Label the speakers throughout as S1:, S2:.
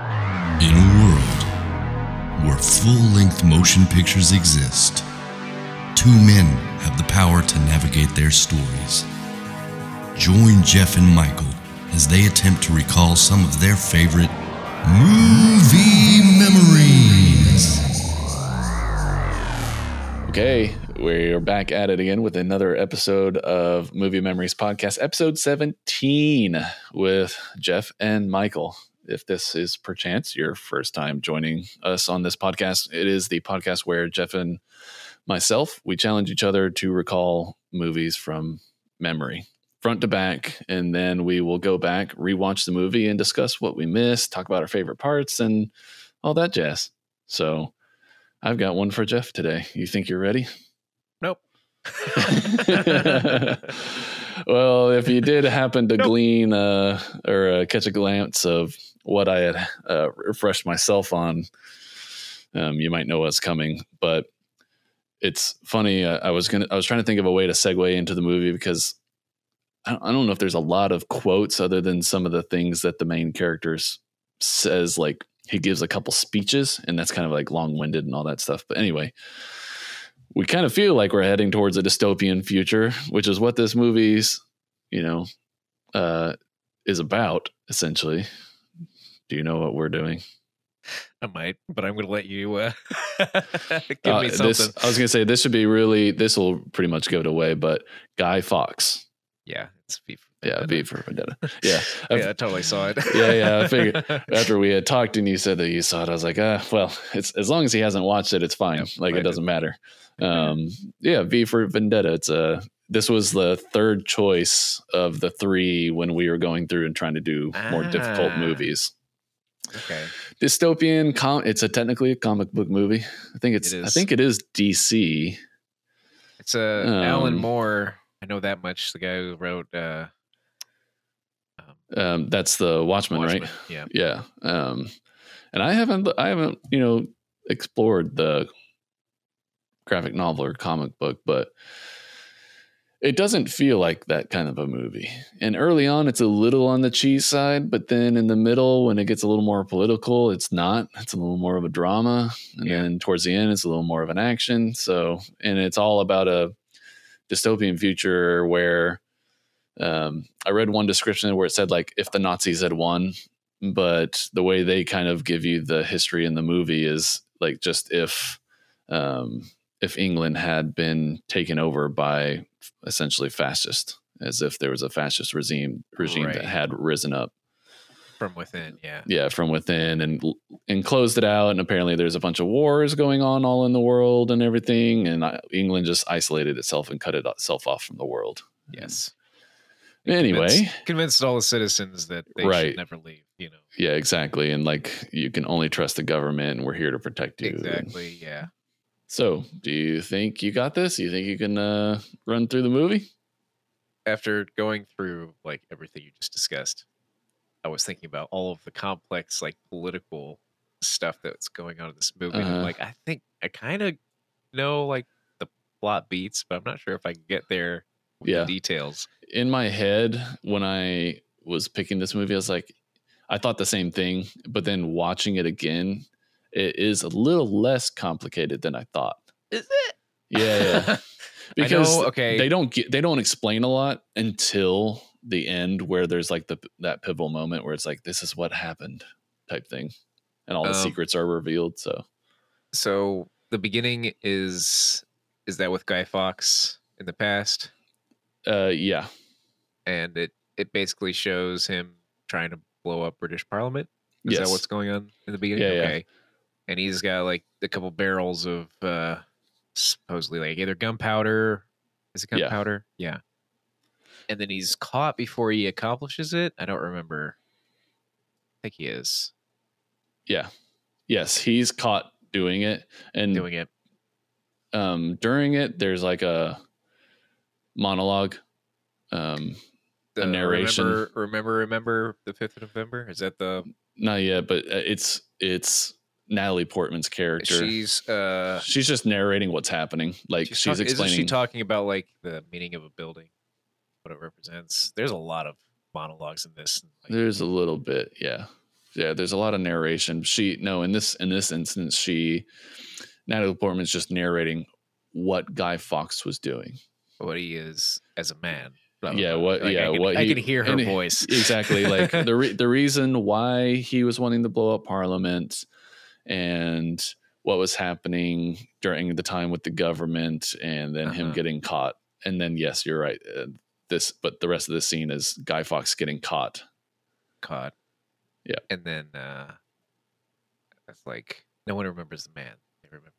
S1: In a world where full length motion pictures exist, two men have the power to navigate their stories. Join Jeff and Michael as they attempt to recall some of their favorite movie memories.
S2: Okay, we're back at it again with another episode of Movie Memories Podcast, episode 17 with Jeff and Michael. If this is perchance your first time joining us on this podcast, it is the podcast where Jeff and myself, we challenge each other to recall movies from memory, front to back, and then we will go back, rewatch the movie and discuss what we missed, talk about our favorite parts and all that jazz. So, I've got one for Jeff today. You think you're ready?
S3: Nope.
S2: well, if you did happen to
S3: Nope.
S2: glean uh, or uh, catch a glance of what I had uh, refreshed myself on, um, you might know what's coming. But it's funny. Uh, I was gonna. I was trying to think of a way to segue into the movie because I don't, I don't know if there's a lot of quotes other than some of the things that the main characters says. Like he gives a couple speeches, and that's kind of like long winded and all that stuff. But anyway, we kind of feel like we're heading towards a dystopian future, which is what this movie's, you know, uh, is about essentially. Do you know what we're doing?
S3: I might, but I'm going to let you uh, give
S2: Uh,
S3: me something.
S2: this, I was gonna say this should be really. This will pretty much give it away. But Guy Fox,
S3: yeah, it's V. for
S2: yeah,
S3: Vendetta.
S2: V for Vendetta. Yeah, I've-
S3: yeah, I totally saw it.
S2: Yeah, yeah, I figured. after we had talked and you said that you saw it, I was like, ah, well, it's as long as he hasn't watched it, it's fine.
S3: Yeah,
S2: like
S3: I
S2: it
S3: did.
S2: doesn't matter. Um, yeah, V for Vendetta. It's a this was the third choice of the three when we were going through and trying to do more difficult
S3: Ah.
S2: movies.
S3: okay.
S2: Dystopian com. It's a technically a comic book movie. I think it's.
S3: It
S2: I
S3: is.
S2: think it is DC.
S3: It's uh, Alan
S2: Um,
S3: Moore. I know that much. The guy who wrote uh, um,
S2: Um, that's the Watchmen, right?
S3: Watchmen. Yeah.
S2: yeah um and i haven't i haven't you know explored the graphic novel or comic book but it doesn't feel like that kind of a movie and early on it's a little on the cheese side but then in the middle when it gets a little more political it's not it's a little more of a drama and
S3: Yeah.
S2: then towards the end it's a little more of an action so and it's all about a dystopian future where um, i read one description where it said like if the nazis had won but the way they kind of give you the history in the movie is like just if um, if England had been taken over by essentially fascist, as if there was a fascist regime regime that
S3: Right.
S2: had risen up,
S3: From within. Yeah.
S2: yeah, from within and and closed it out. And apparently, there's a bunch of wars going on all in the world and everything. And I, England just isolated itself and cut itself off from the world.
S3: Yes.
S2: Anyway,
S3: Convinced, convinced all the citizens that they
S2: Right.
S3: should never leave. You know.
S2: yeah, exactly. And like, you can only trust the government, and we're here to protect you.
S3: Exactly. Yeah.
S2: So, do you think you got this? You think you can uh, run through the movie?
S3: after going through like everything you just discussed, I was thinking about all of the complex like political stuff that's going on in this movie. and I'm
S2: Uh-huh.
S3: like, I think I kind of know like the plot beats, but I'm not sure if I can get there with
S2: Yeah.
S3: the details.
S2: In my head, when I was picking this movie, I was like, I thought the same thing, but then watching it again, it is a little less complicated than I thought.
S3: Is it?
S2: Yeah, yeah.
S3: Because
S2: because
S3: I know, okay,
S2: they don't get, they don't explain a lot until the end, where there's like the that pivotal moment where it's like, this is what happened, type thing, and all the
S3: Um,
S2: secrets are revealed. So
S3: so the beginning is is that with Guy Fox in the past?
S2: uh, yeah,
S3: and it it basically shows him trying to blow up British Parliament. Is
S2: Yes.
S3: that what's going on in the beginning?
S2: Yeah, yeah.
S3: okay. And he's got like a couple barrels of uh supposedly like either gunpowder. Is it
S2: Yeah.
S3: gunpowder? Yeah. And then he's caught before he accomplishes it. I don't remember. I think he is
S2: Yeah. Yes, he's caught doing it. And
S3: doing it.
S2: um during it there's like a monologue. Um
S3: The
S2: narration.
S3: Uh, Remember, remember, remember the fifth of November. Is that the
S2: not yet, but uh, it's it's Natalie Portman's character.
S3: she's uh
S2: she's just narrating what's happening. Like she's,
S3: talk-
S2: explaining
S3: Isn't she talking about like the meaning of a building, what it represents? There's a lot of monologues in this. and, like,
S2: There's a little bit, yeah. yeah there's a lot of narration she no in this in this instance she natalie portman's just narrating what guy fox was doing
S3: What he is as a man. blah, blah,
S2: yeah
S3: blah.
S2: what
S3: Like,
S2: yeah
S3: I can,
S2: what
S3: I
S2: he-
S3: can hear her
S2: and-
S3: voice
S2: exactly like the re- the reason why he was wanting to blow up parliament and what was happening during the time with the government and then him
S3: Uh-huh.
S2: getting caught and then yes you're right uh, this but the rest of the scene is guy fox getting caught
S3: caught.
S2: Yeah.
S3: And then uh that's like no one remembers the man. They remember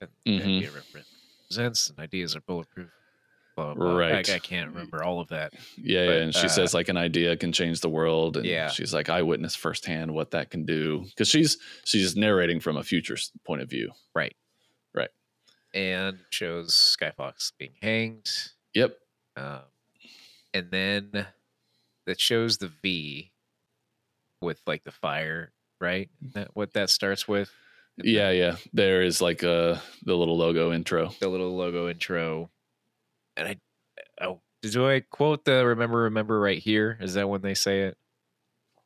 S3: and the
S2: Mhm.
S3: idea represents and ideas are bulletproof. Blah, blah, blah.
S2: Right.
S3: I, I can't remember all of that.
S2: yeah,
S3: But,
S2: yeah and she
S3: uh,
S2: says like an idea can change the world and
S3: Yeah.
S2: she's like i witnessed firsthand what that can do because she's she's narrating from a future s- point of view
S3: And it shows Skyfox being hanged.
S2: yep
S3: Um, and then that shows the V with like the fire, right? Isn't That what that starts with. And then
S2: yeah yeah there is like uh the little logo intro
S3: the little logo intro. And I, oh, do I quote the "Remember, Remember" right here? Is that when they say it?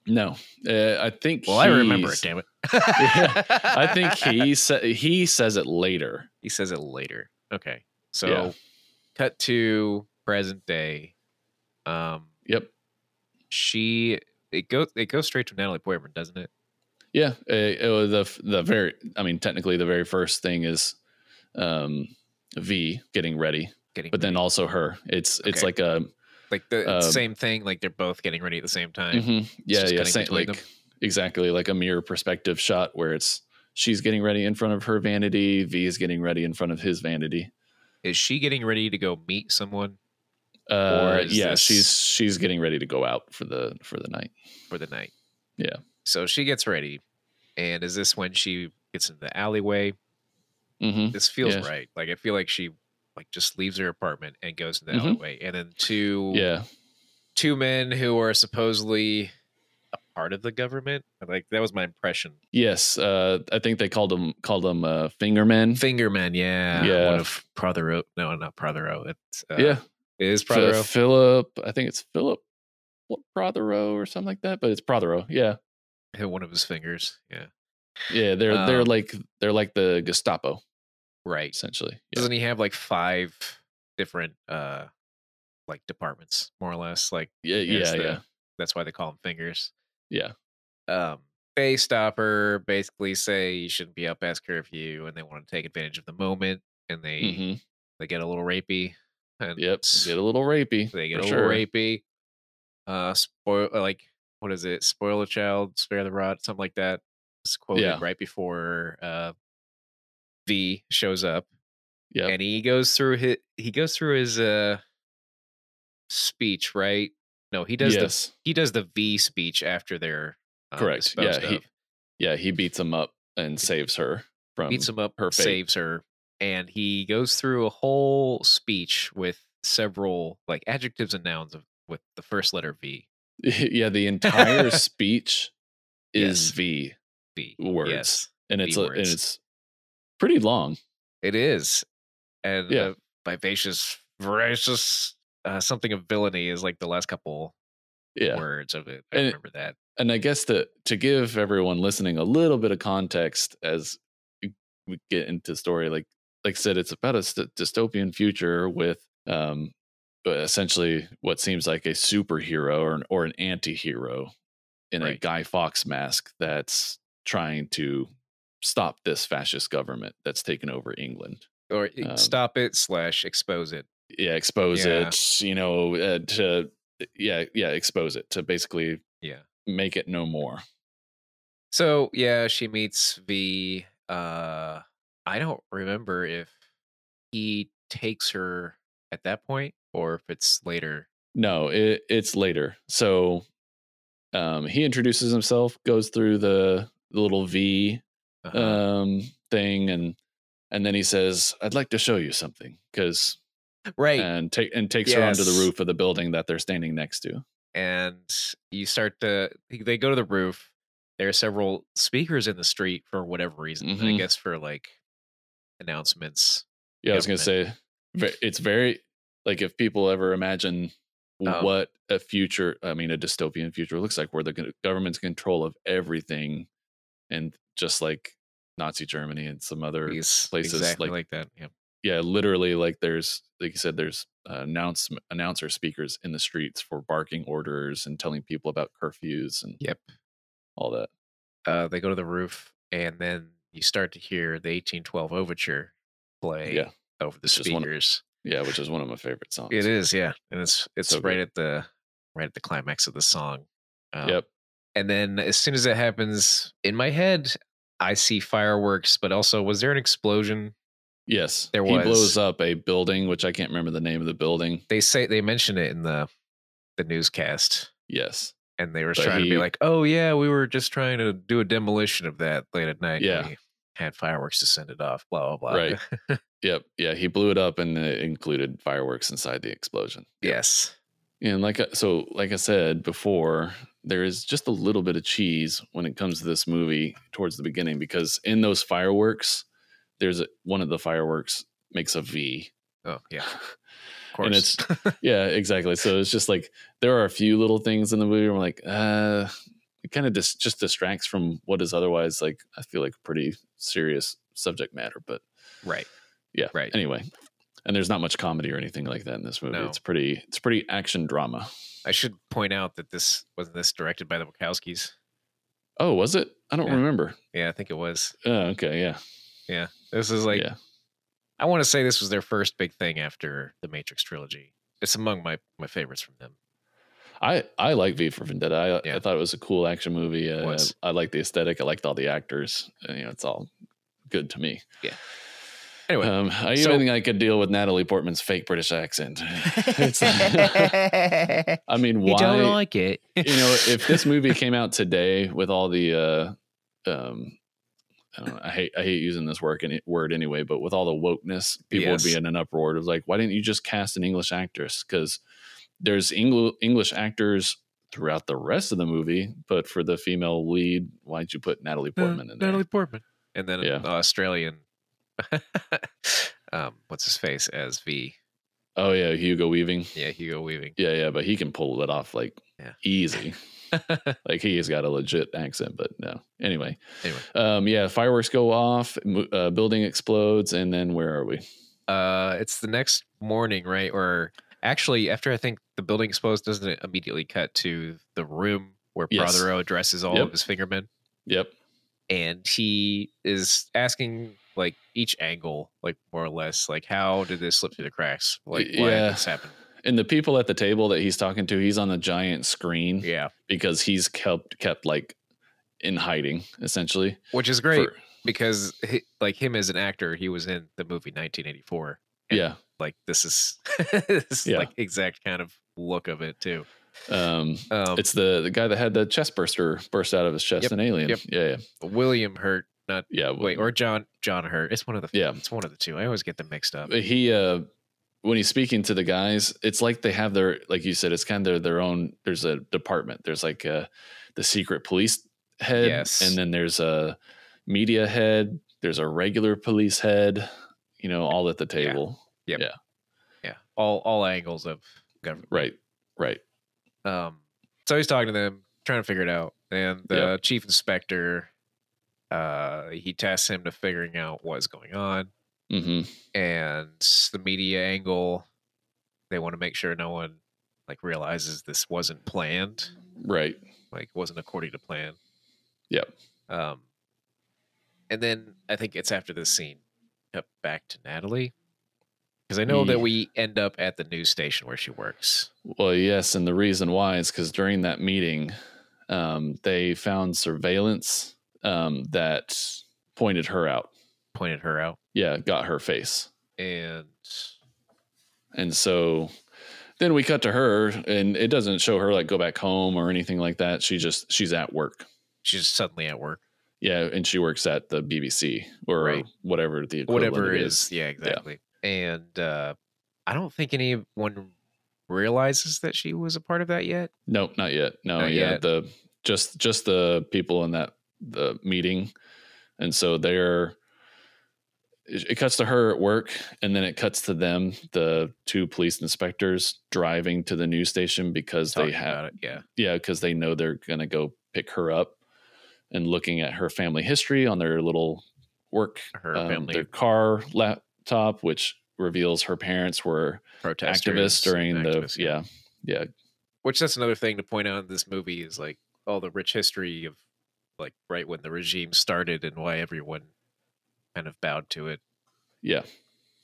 S2: no uh, i think
S3: Well, I remember
S2: he's-
S3: it. Damn it!
S2: Yeah, I think he sa- he says it later.
S3: he says it later. Okay, so
S2: Yeah.
S3: cut to present day. Um,
S2: Yep.
S3: she it goes it goes straight to Natalie Portman, doesn't it?
S2: Yeah. uh, It, it was the f- the very I mean technically the very first thing is um V getting ready,
S3: Getting
S2: but then
S3: ready.
S2: also her. It's it's
S3: Okay.
S2: like a
S3: like the
S2: um,
S3: same thing. Like they're both getting ready at the same time.
S2: mhm, yeah
S3: just
S2: yeah
S3: cutting
S2: same-
S3: between
S2: like
S3: them.
S2: exactly like a mirror perspective shot where it's she's getting ready in front of her vanity, V is getting ready in front of his vanity.
S3: Is she getting ready to go meet someone
S2: Uh,
S3: is
S2: yeah,
S3: this-
S2: she's she's getting ready to go out for the for the night.
S3: for the night?
S2: Yeah.
S3: So she gets ready, and is this when she gets into the alleyway?
S2: hmm
S3: this feels
S2: Yeah.
S3: right. Like I feel like she like just leaves her apartment and goes to the
S2: Mhm.
S3: alleyway, and then two
S2: Yeah,
S3: two men who are supposedly a part of the government. Like that was my impression.
S2: yes. Uh, I think they called them called them uh, fingermen.
S3: Fingerman, yeah,
S2: Yeah.
S3: One of Prothero, no, not Prothero. It's uh,
S2: yeah,
S3: it is
S2: F-
S3: Prothero.
S2: Philip, I think it's Philip Prothero or something like that, but it's Prothero. Yeah.
S3: Hit one of his fingers. Yeah,
S2: Yeah, they're they're
S3: Um,
S2: like they're like the Gestapo
S3: right.
S2: essentially. Yeah.
S3: Doesn't he have like five different uh like departments, more or less? Like
S2: Yeah,
S3: it's
S2: yeah,
S3: the-
S2: yeah.
S3: That's why they call them fingers.
S2: Yeah.
S3: Um, they stop her, basically say you shouldn't be up past curfew, and they want to take advantage of the moment, and they
S2: Mhm.
S3: they get a little rapey. And
S2: Yep.
S3: s-
S2: Get a little rapey.
S3: they get a
S2: for sure.
S3: little rapey. Uh, spoil like what is it? Spoil a child, spare the rod, something like that. It's quoted
S2: Yeah.
S3: right before uh, V shows up.
S2: Yep.
S3: and he goes through his he goes through his uh speech right no he does the
S2: yes.
S3: he does the v speech after they're um,
S2: Correct. Yeah,
S3: disposed
S2: he-
S3: of.
S2: yeah, he beats him up and saves her from
S3: beats him up
S2: her fate.
S3: um, saves her and he goes through a whole speech with several like adjectives and nouns of, with the first letter v
S2: yeah, the entire speech is
S3: Yes.
S2: V
S3: v
S2: Words.
S3: yes
S2: and it's
S3: V
S2: a, and
S3: words.
S2: it's pretty long.
S3: it is and
S2: Yeah.
S3: uh, vivacious voracious uh, something of villainy is like the last couple
S2: Yeah.
S3: words of it i
S2: And it-
S3: remember that
S2: and I guess to to give everyone listening a little bit of context as we get into the story, like like I said, it's about a st- dystopian future with um essentially what seems like a superhero or an or an anti-hero in a
S3: Right.
S2: Guy Fox mask that's trying to stop this fascist government that's taken over England.
S3: or i-
S2: Um,
S3: stop it slash expose it
S2: Yeah, expose
S3: Yeah.
S2: it, you know, uh, to yeah, yeah, expose it to basically
S3: Yeah.
S2: make it no more.
S3: So yeah, she meets the. Uh, I don't remember if he takes her at that point or if it's later.
S2: No, it, it's later. So um, he introduces himself, goes through the the little V
S3: Uh-huh.
S2: um, thing, and and then he says, "I'd like to show you something," because
S3: right,
S2: and take and takes her onto the
S3: Yes.
S2: roof of the building that they're standing next to.
S3: and you start to. They go to the roof. There are several speakers in the street for whatever reason. I
S2: Mhm.
S3: guess for like announcements.
S2: Yeah, I was gonna say ve- it's very like if people ever imagine
S3: Um,
S2: what a future i mean a dystopian future looks like where the go- government's control of everything and just like nazi germany and some other
S3: Ex-
S2: places
S3: exactly
S2: like-
S3: like, that. Yeah.
S2: yeah literally like there's like you said there's uh, announce announcer speakers in the streets for barking orders and telling people about curfews and
S3: Yep.
S2: all that
S3: Uh, they go to the roof, and then you start to hear the 1812 overture play
S2: Yeah.
S3: over the
S2: It's just one of-
S3: speakers.
S2: yeah which is one of my favorite songs
S3: It is, yeah, and it's it's
S2: So
S3: right
S2: good.
S3: at the right at the climax of the song. Um,
S2: yep
S3: And then as soon as that happens, in my head, I see fireworks, but also was there an explosion?
S2: yes
S3: there
S2: he
S3: was-
S2: blows up a building which i can't remember the name of the building
S3: They say they mention it in the the newscast,
S2: yes
S3: and they were
S2: But
S3: trying to
S2: he-
S3: be like, "Oh yeah, we were just trying to do a demolition of that late at night. and
S2: Yeah.
S3: we had fireworks to send it off. Blah blah blah.
S2: Right. yep yeah he blew it up and it included fireworks inside the explosion
S3: yes.
S2: And like I- so, like I said before, there is just a little bit of cheese when it comes to this movie towards the beginning because in those fireworks, there's a, one of the fireworks makes a V.
S3: Oh yeah. Of course.
S2: And it's- Yeah, exactly. So it's just like there are a few little things in the movie. Where I'm like, uh, it kind of dis- just distracts from what is otherwise like I feel like pretty serious subject matter. But
S3: right.
S2: yeah,
S3: Right.
S2: Anyway, and there's not much comedy or anything like that in this movie.
S3: No.
S2: It's pretty, it's pretty action drama.
S3: I should point out that this wasn't this directed by the Wachowskis.
S2: Oh, was it? I don't
S3: Yeah.
S2: remember.
S3: Yeah, I think it was.
S2: Oh, okay, yeah,
S3: This is like
S2: yeah.
S3: I want to say this was their first big thing after the Matrix trilogy. It's among my my favorites from them.
S2: I I like V for Vendetta. I, I
S3: Yeah.
S2: thought it was a cool action movie. Uh,
S3: was.
S2: I liked the aesthetic. I liked all the actors. Uh, you know, it's all good to me.
S3: Anyway,
S2: Um, I
S3: so-
S2: even think I could deal with Natalie Portman's fake British accent. It's- I mean, Uh, why?
S3: like it.
S2: you know, if this movie came out today with all the, uh, um, I, don't know, I hate I hate using this work any, word anyway, but with all the wokeness, people would be
S3: Yes.
S2: in an uproar. It was like, why didn't you just cast an English actress? Because there's Engl- English actors throughout the rest of the movie, but for the female lead, why'd you put Natalie Portman in there?
S3: Uh, Natalie Portman, and then
S2: Yeah.
S3: an Australian, um, what's his face as V?
S2: Oh yeah, Hugo Weaving.
S3: Yeah, Hugo Weaving.
S2: Yeah, yeah, but he can pull it off like
S3: Yeah.
S2: easy. like he's got a legit accent, but no. Anyway,
S3: Anyway.
S2: um, yeah, fireworks go off, mo- uh, building explodes, and then where are we?
S3: uh, it's the next morning, right? Or actually, after I think the building explodes, doesn't it immediately cut to the room where
S2: Yes.
S3: Prothero addresses all
S2: Yep.
S3: of his fingermen?
S2: Yep.
S3: and he is asking like each angle, like more or less, like how did this slip through the cracks? Like why
S2: Yeah.
S3: did this happen?
S2: And the people at the table that he's talking to, he's on a giant screen
S3: Yeah,
S2: because he's kept kept like in hiding essentially.
S3: which is great
S2: for-
S3: because hi like him as an actor, he was in the movie 1984. And-
S2: yeah.
S3: Like this is this is
S2: Yeah.
S3: like exact kind of look of it too.
S2: Um,
S3: Um,
S2: it's the the guy that had the chest burster burst out of his chest
S3: Yep,
S2: in Alien.
S3: yep.
S2: Yeah, yeah,
S3: William Hurt, not
S2: yeah.
S3: wait, or John John Hurt. It's one of the
S2: Yeah.
S3: It's one of the two. I always get them mixed up.
S2: But he uh when he's speaking to the guys it's like they have their like you said it's kind of their own there's a department there's like uh the secret police head
S3: Yes.
S2: and then there's a media head there's a regular police head you know all at the table
S3: Yeah, all all angles of government.
S2: right right
S3: Um, so he's talking to them, trying to figure it out. And the
S2: Yep.
S3: chief inspector, uh, he tasks him to figuring out what's going on.
S2: hmm
S3: And the media angle, they want to make sure no one like realizes this wasn't planned,
S2: right
S3: like wasn't according to plan.
S2: Yep.
S3: Um, and then I think it's after this scene, cut back to Natalie, because I know that
S2: Ye-
S3: we end up at the news station where she works.
S2: well yes and the reason why is because during that meeting um they found surveillance um that pointed her out
S3: Pointed her out,
S2: yeah got her face
S3: and
S2: And so then we cut to her and it doesn't show her like go back home or anything like that. She just she's at work.
S3: she's suddenly at work.
S2: Yeah, and she works at the BBC or
S3: Right.
S2: whatever the equivalent
S3: whatever
S2: it
S3: is. Yeah, exactly. And uh, I don't think anyone realizes that she was a part of that yet.
S2: No, not yet. No,
S3: Not
S2: yeah,
S3: yet.
S2: the just just the people in that the meeting, and so they're it, it cuts to her at work and then it cuts to them the two police inspectors driving to the news station because
S3: Talking
S2: they have
S3: about it. Yeah.
S2: yeah because they know they're going to go pick her up and looking at her family history on their little work
S3: Her
S2: um,
S3: family
S2: their car laptop which reveals her parents were
S3: protesters.
S2: activists during the
S3: activists,
S2: yeah yeah
S3: Which that's another thing to point out in this movie is like all the rich history of like right when the regime started and why everyone kind of bowed to it.
S2: yeah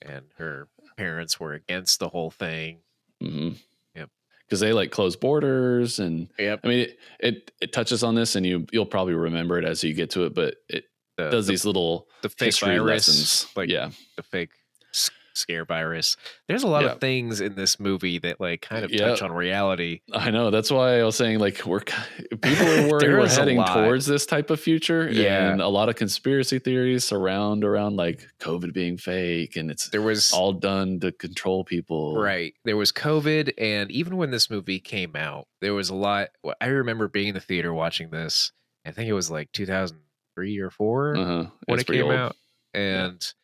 S3: And her parents were against the whole thing.
S2: hmm
S3: Yep.
S2: because they like close borders and
S3: Yep.
S2: I mean, it, it it touches on this, and you you'll probably remember it as you get to it. But it
S3: The,
S2: does
S3: Uh, the,
S2: these little
S3: the fake
S2: history
S3: virus,
S2: lessons,
S3: like
S2: yeah,
S3: the fake s- scare virus. There's a lot
S2: Yeah.
S3: of things in this movie that like kind of
S2: Yeah.
S3: touch on reality.
S2: I know. That's why I was saying like we're ki- people are worried
S3: There
S2: we're
S3: is a
S2: heading
S3: lot.
S2: towards this type of future,
S3: Yeah.
S2: and a lot of conspiracy theories surround around like COVID being fake, and it's
S3: There was
S2: all done to control people,
S3: Right. There was COVID, and even when this movie came out, there was a lot. wh- I remember being in the theater watching this. I think it was like 2003 or 4
S2: Uh-huh.
S3: when
S2: It's
S3: it
S2: pretty
S3: came
S2: old.
S3: out, and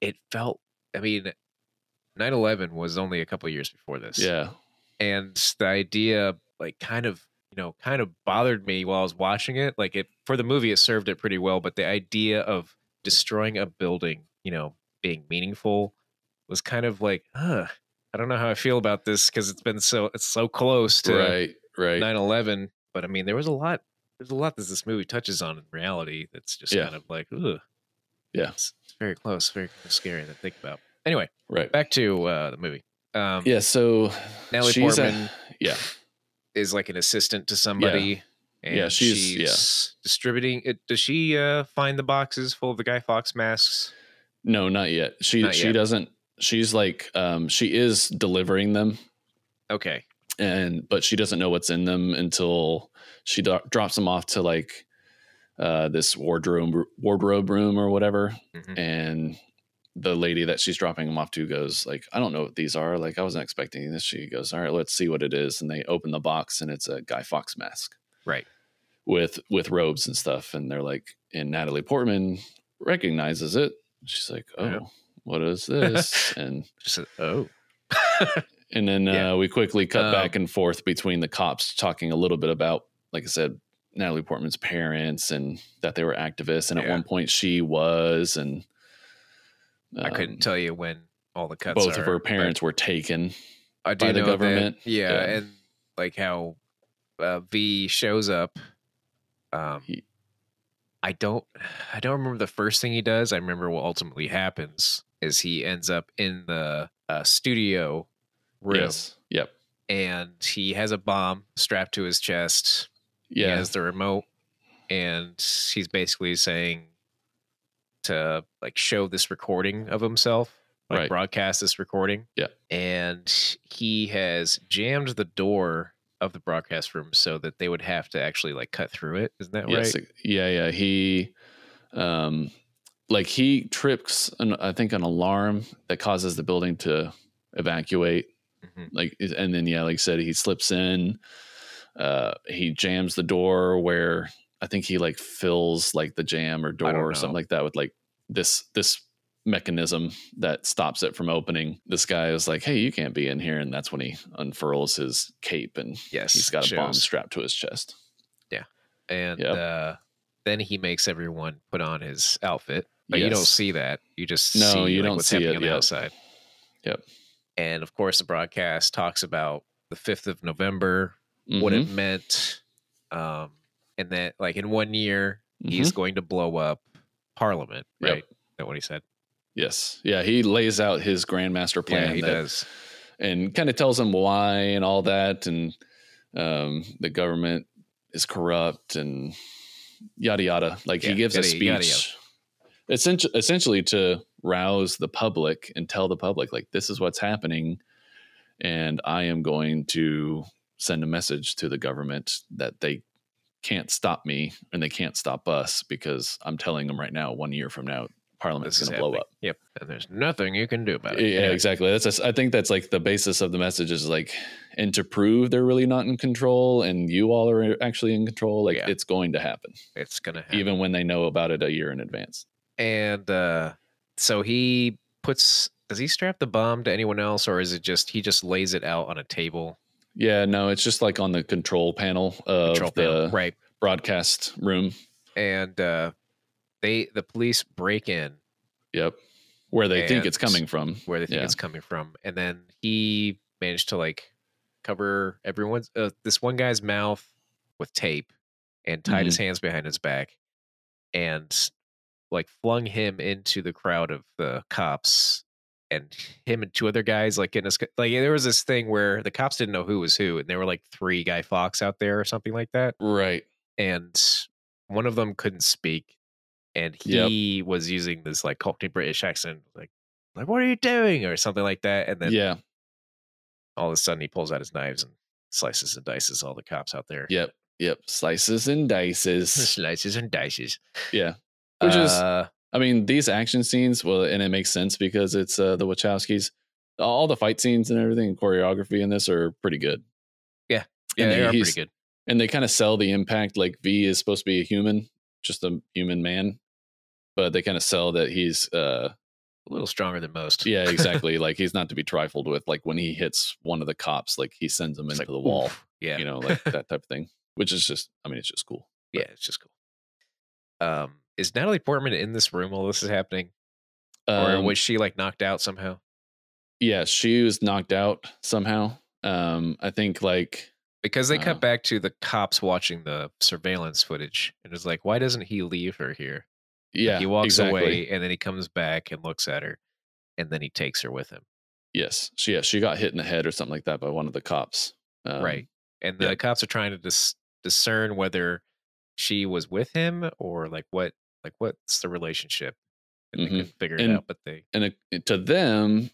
S3: it felt. I mean, 9/11 was only a couple years before this.
S2: Yeah,
S3: and the idea, like, kind of. You know, kind of bothered me while I was watching it. Like it for the movie, it served it pretty well, but the idea of destroying a building, you know, being meaningful was kind of like, huh, I don't know how I feel about this because it's been so it's so close to
S2: right, right.
S3: nine eleven. 9/11. But I mean, there was a lot. There's a lot that this movie touches on in reality that's just
S2: Yeah.
S3: kind of like, ugh.
S2: Yeah.
S3: It's, it's very close, very scary to think about. Anyway,
S2: right.
S3: back to uh, the movie. Um,
S2: Yeah. So
S3: Natalie
S2: she's a-
S3: Portman
S2: yeah.
S3: is like an assistant to somebody. And
S2: Yeah, she's- yeah.
S3: distributing it. Does she uh, find the boxes full of the Guy Fox masks?
S2: No, not yet. She
S3: Not
S2: she
S3: yet.
S2: doesn't. She's like um she is delivering them,
S3: Okay.
S2: and but she doesn't know what's in them until she do- drops them off to like uh this wardrobe wardrobe room or whatever,
S3: Mhm.
S2: and the lady that she's dropping them off to goes like I don't know what these are. Like I wasn't expecting this. She goes, all right, let's see what it is, and they open the box and it's a Guy Fox mask
S3: Right.
S2: with with robes and stuff and they're like and natalie portman recognizes it she's like oh
S3: Yeah.
S2: what is this and
S3: Just a, oh.
S2: and then
S3: Yeah.
S2: uh, we quickly cut
S3: Um,
S2: back and forth between the cops talking a little bit about like i said natalie portman's parents and that they were activists and at
S3: Yeah.
S2: one point she was and
S3: I couldn't
S2: um,
S3: tell you when all the cuts.
S2: both of
S3: are,
S2: her
S3: but
S2: parents were taken
S3: I do
S2: by the
S3: know
S2: government.
S3: That, yeah,
S2: Yeah.
S3: and like how uh, V shows up. Um,
S2: He-
S3: I don't, I don't remember the first thing he does. I remember what ultimately happens is he ends up in the uh, studio room,
S2: yes yep
S3: and he has a bomb strapped to his chest. He
S2: yeah
S3: has the remote, and he's basically saying to like show this recording of himself, like
S2: Right.
S3: broadcast this recording.
S2: Yeah.
S3: and he has jammed the door of the broadcast room so that they would have to actually like cut through it. Isn't that
S2: Yes.
S3: right?
S2: like- Yeah. Yeah. He, um, like he trips, an, I think, an alarm that causes the building to evacuate.
S3: Mhm.
S2: Like, and then, yeah, like I said, he slips in. Uh, he jams the door where I think he like fills like the jam or
S3: don't
S2: door or something
S3: know.
S2: like that with like this, this mechanism that stops it from opening. This guy is like, Hey, you can't be in here. And that's when he unfurls his cape and
S3: Yes,
S2: he's got a bomb
S3: shows.
S2: strapped to his chest.
S3: and
S2: Yeah.
S3: uh, then he makes everyone put on his outfit. But you don't
S2: Yes.
S3: see that. You just
S2: No,
S3: see,
S2: you
S3: like,
S2: don't
S3: what's
S2: see
S3: happening
S2: it,
S3: on the
S2: yep.
S3: outside.
S2: Yep.
S3: And of course, the broadcast talks about the fifth of November, what
S2: Mhm.
S3: it meant, um, and that like in one year
S2: Mhm.
S3: he's going to blow up Parliament.
S2: Yep.
S3: Right? Is that what he said?
S2: Yes. Yeah. He lays out his grandmaster plan
S3: yeah, he
S2: that-
S3: does.
S2: and kind of tells him why and all that. And um, the government is corrupt and yada, yada. Like
S3: Yeah,
S2: he gives a
S3: yada,
S2: speech
S3: yada,
S2: Essentially, essentially to rouse the public and tell the public, like, this is what's happening. And I am going to send a message to the government that they can't stop me and they can't stop us because I'm telling them right now, one year from now, Parliament's
S3: This is
S2: going to blow
S3: happening.
S2: up.
S3: Yep. And there's nothing you can do about it.
S2: Yeah,
S3: Anyway,
S2: exactly. That's I think that's like the basis of the message is like, and to prove they're really not in control, and you all are actually in control. Like
S3: Yeah.
S2: it's going to happen,
S3: It's gonna happen.
S2: even when they know about it a year in advance.
S3: and uh so he puts does he strap the bomb to anyone else or is it just he just lays it out on a table
S2: Yeah, no, it's just like on the control panel of
S3: Control
S2: the
S3: panel, right
S2: broadcast room.
S3: and uh they the police break in
S2: Yep. Where they think
S3: And-
S2: it's coming from.
S3: where they think
S2: Yeah.
S3: it's coming from and then he managed to like cover everyone's uh, this one guy's mouth with tape and tied his hands behind his back and like flung him into the crowd of the cops and him and two other guys like in a sc- like there was this thing where the cops didn't know who was who and there were like three guy fox out there or something like that
S2: Right.
S3: and one of them couldn't speak and
S2: Yep.
S3: he was using this like cockney british accent like like what are you doing or something like that and then
S2: Yeah.
S3: all of a sudden he pulls out his knives and slices and dices all the cops out there
S2: Yep. Yep. Slices and dices.
S3: slices and dices
S2: Yeah. Which is-
S3: Uh,
S2: I mean, these action scenes, well, and it makes sense because it's uh, the Wachowskis. All the fight scenes and everything, and choreography in this are pretty good.
S3: yeah
S2: and
S3: they are pretty
S2: he's-
S3: good
S2: And they kind of sell the impact like V is supposed to be a human, just a human man. But they kind of sell that he's uh,
S3: a little stronger than most
S2: Yeah, exactly. like he's not to be trifled with. Like when he hits one of the cops, like he sends him
S3: It's
S2: into
S3: like,
S2: the wall.
S3: oof. yeah
S2: You know, like that type of thing. Which is just, I mean, it's just cool.
S3: yeah it's just cool um is natalie portman in this room while this is happening or
S2: Um,
S3: was she like knocked out somehow
S2: yeah, she was knocked out somehow. Um, I think like
S3: because they
S2: Uh.
S3: cut back to the cops watching the surveillance footage and it's like why doesn't he leave her here Like,
S2: yeah,
S3: he walks
S2: exactly.
S3: away and then he comes back and looks at her and then he takes her with him
S2: Yes, she yeah she got hit in the head or something like that by one of the cops. Um,
S3: right and the
S2: yeah.
S3: cops are trying to dis- discern whether she was with him or like what like what's the relationship and they
S2: Mhm.
S3: can figure
S2: And-
S3: it out but they
S2: and it, to them,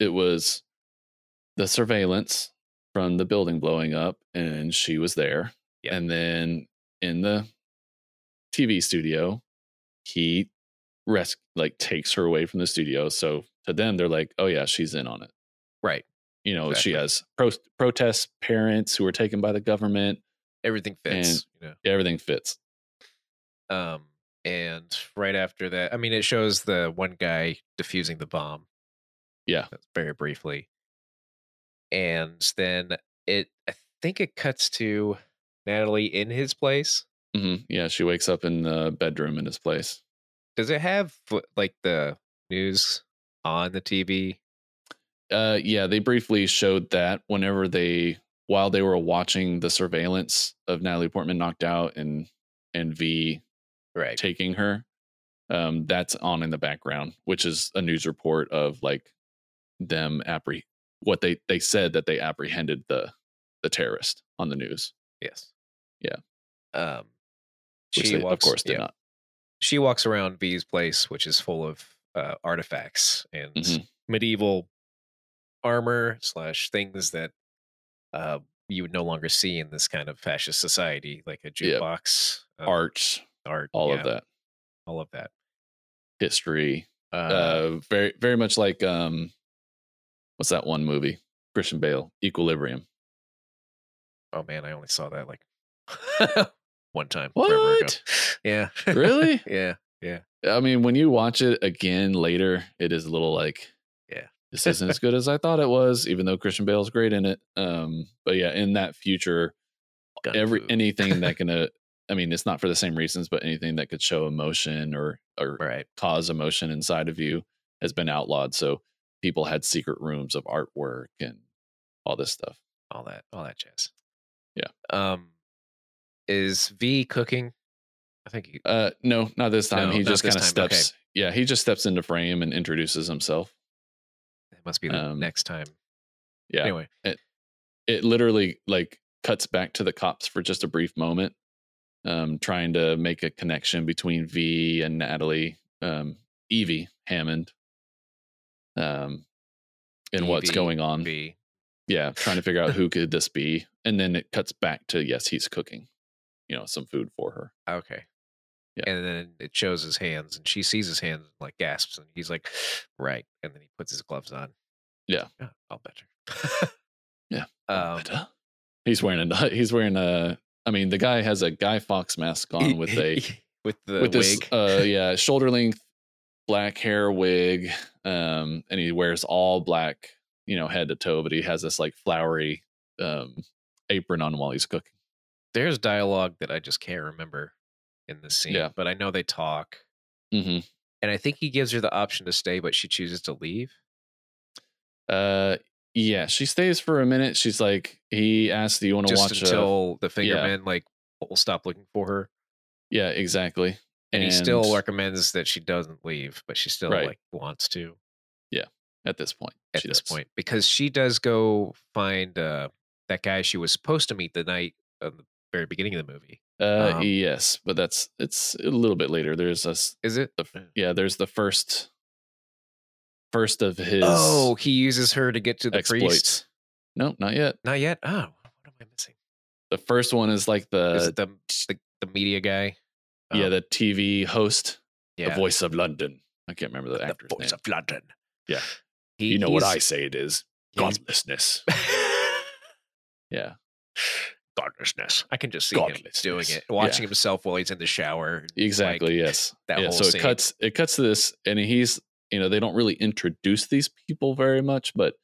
S2: it was the surveillance from the building blowing up, and she was there.
S3: Yep.
S2: And then in the TV studio, he res- like takes her away from the studio. So to them, they're like, "Oh yeah, she's in on it."
S3: right
S2: You know,
S3: Exactly.
S2: she has pro- protest parents who were taken by the government.
S3: everything
S2: And-
S3: fits you know
S2: Everything fits.
S3: um and right after that i mean it shows the one guy defusing the bomb
S2: Yeah.
S3: that's very briefly and then it i think it cuts to natalie in his place
S2: hmm Yeah, she wakes up in the bedroom in his place.
S3: does it have fo- like the news on the tv
S2: uh yeah they briefly showed that whenever they while they were watching the surveillance of natalie portman knocked out and and v
S3: right
S2: taking her um that's on in the background which is a news report of like them appre what they they said that they apprehended the the terrorist on the news
S3: yes
S2: Yeah.
S3: um
S2: which
S3: she
S2: they,
S3: walks,
S2: of course did
S3: yeah.
S2: not
S3: she walks around V's place, which is full of uh, artifacts and
S2: Mhm.
S3: medieval armor slash things that uh, you would no longer see in this kind of fascist society, like a
S2: Yep.
S3: jukebox, um,
S2: arts
S3: art,
S2: all
S3: yeah,
S2: of that
S3: all of that.
S2: history
S3: Uh,
S2: uh very very much like um what's that one movie christian bale equilibrium
S3: oh man, I only saw that like one time. forever ago.
S2: What?
S3: Yeah.
S2: really
S3: yeah.
S2: I mean, when you watch it again later, it is a little like,
S3: Yeah.
S2: this isn't as good as I thought it was, even though Christian Bale's great in it. Um, but yeah, in that future,
S3: Gun
S2: every
S3: fu.
S2: anything that can, uh, I mean, it's not for the same reasons, but anything that could show emotion or or
S3: right.
S2: cause emotion inside of you has been outlawed. So people had secret rooms of artwork and all this stuff.
S3: All that. All that jazz.
S2: Yeah.
S3: Um, is V cooking? I think he,
S2: Uh, no, not this time.
S3: No,
S2: he
S3: not
S2: just
S3: this
S2: kind of
S3: time. Okay.
S2: steps. Yeah, he just steps into frame and introduces himself.
S3: it must be the
S2: um,
S3: next time.
S2: Yeah.
S3: Anyway.
S2: it literally like cuts back to the cops for just a brief moment um trying to make a connection between v and natalie um evie hammond um and what's
S3: Evie,
S2: going on
S3: be
S2: yeah trying to figure out who could this be and then it cuts back to yes he's cooking you know some food for her
S3: okay.
S2: Yeah.
S3: And then it shows his hands, and she sees his hands and like gasps, and he's like, "Right." And then he puts his gloves on.
S2: Yeah.
S3: I'll better.
S2: Yeah,
S3: Um,
S2: But, uh, he's wearing a he's wearing a i mean the guy has a guy fox mask on with a
S3: with the
S2: with
S3: wig.
S2: this uh yeah shoulder length black hair wig, um, and he wears all black, you know, head to toe, but he has this like flowery um, apron on while he's cooking.
S3: There's dialogue that I just can't remember in this scene,
S2: Yeah.
S3: but I know they talk.
S2: Mm-hmm.
S3: And I think he gives her the option to stay, but she chooses to leave.
S2: Uh, yeah, she stays for a minute. She's like, he asks, "Do you want to
S3: Just
S2: watch?" a-"
S3: until the
S2: yeah.
S3: fingerman like will stop looking for her.
S2: yeah, exactly.
S3: And, he still recommends that she doesn't leave, but she still
S2: Right.
S3: like wants to
S2: at this point.
S3: at
S2: she
S3: this
S2: does.
S3: point. Because she does go find uh that guy she was supposed to meet the night of the very beginning of the movie.
S2: Uh,
S3: Um,
S2: yes, but that's it's a little bit later. There's a s-
S3: Is it?
S2: the, f- yeah. There's the first first of his
S3: Oh, he uses her to get to the priest.
S2: exploits. Nope, not yet.
S3: Not yet. Oh, what am I missing?
S2: The first one is like
S3: Is
S2: the
S3: it the, the the media guy?
S2: Uh, yeah
S3: Um,
S2: the TV host, the
S3: yeah,
S2: voice of London. I can't remember the
S3: the
S2: actor's
S3: voice
S2: name.
S3: of London.
S2: Yeah.
S3: He,
S2: you know what I
S3: he's-
S2: say it is
S3: he's-
S2: godlessness. Yeah,
S3: Godlessness. I can just see him doing
S2: Godlessness.
S3: it,
S2: Yeah.
S3: watching himself while he's in the shower.
S2: exactly. yes.
S3: that
S2: yeah.
S3: whole
S2: So
S3: scene.
S2: it cuts it cuts to this, and he's you know they don't really introduce these people very much, but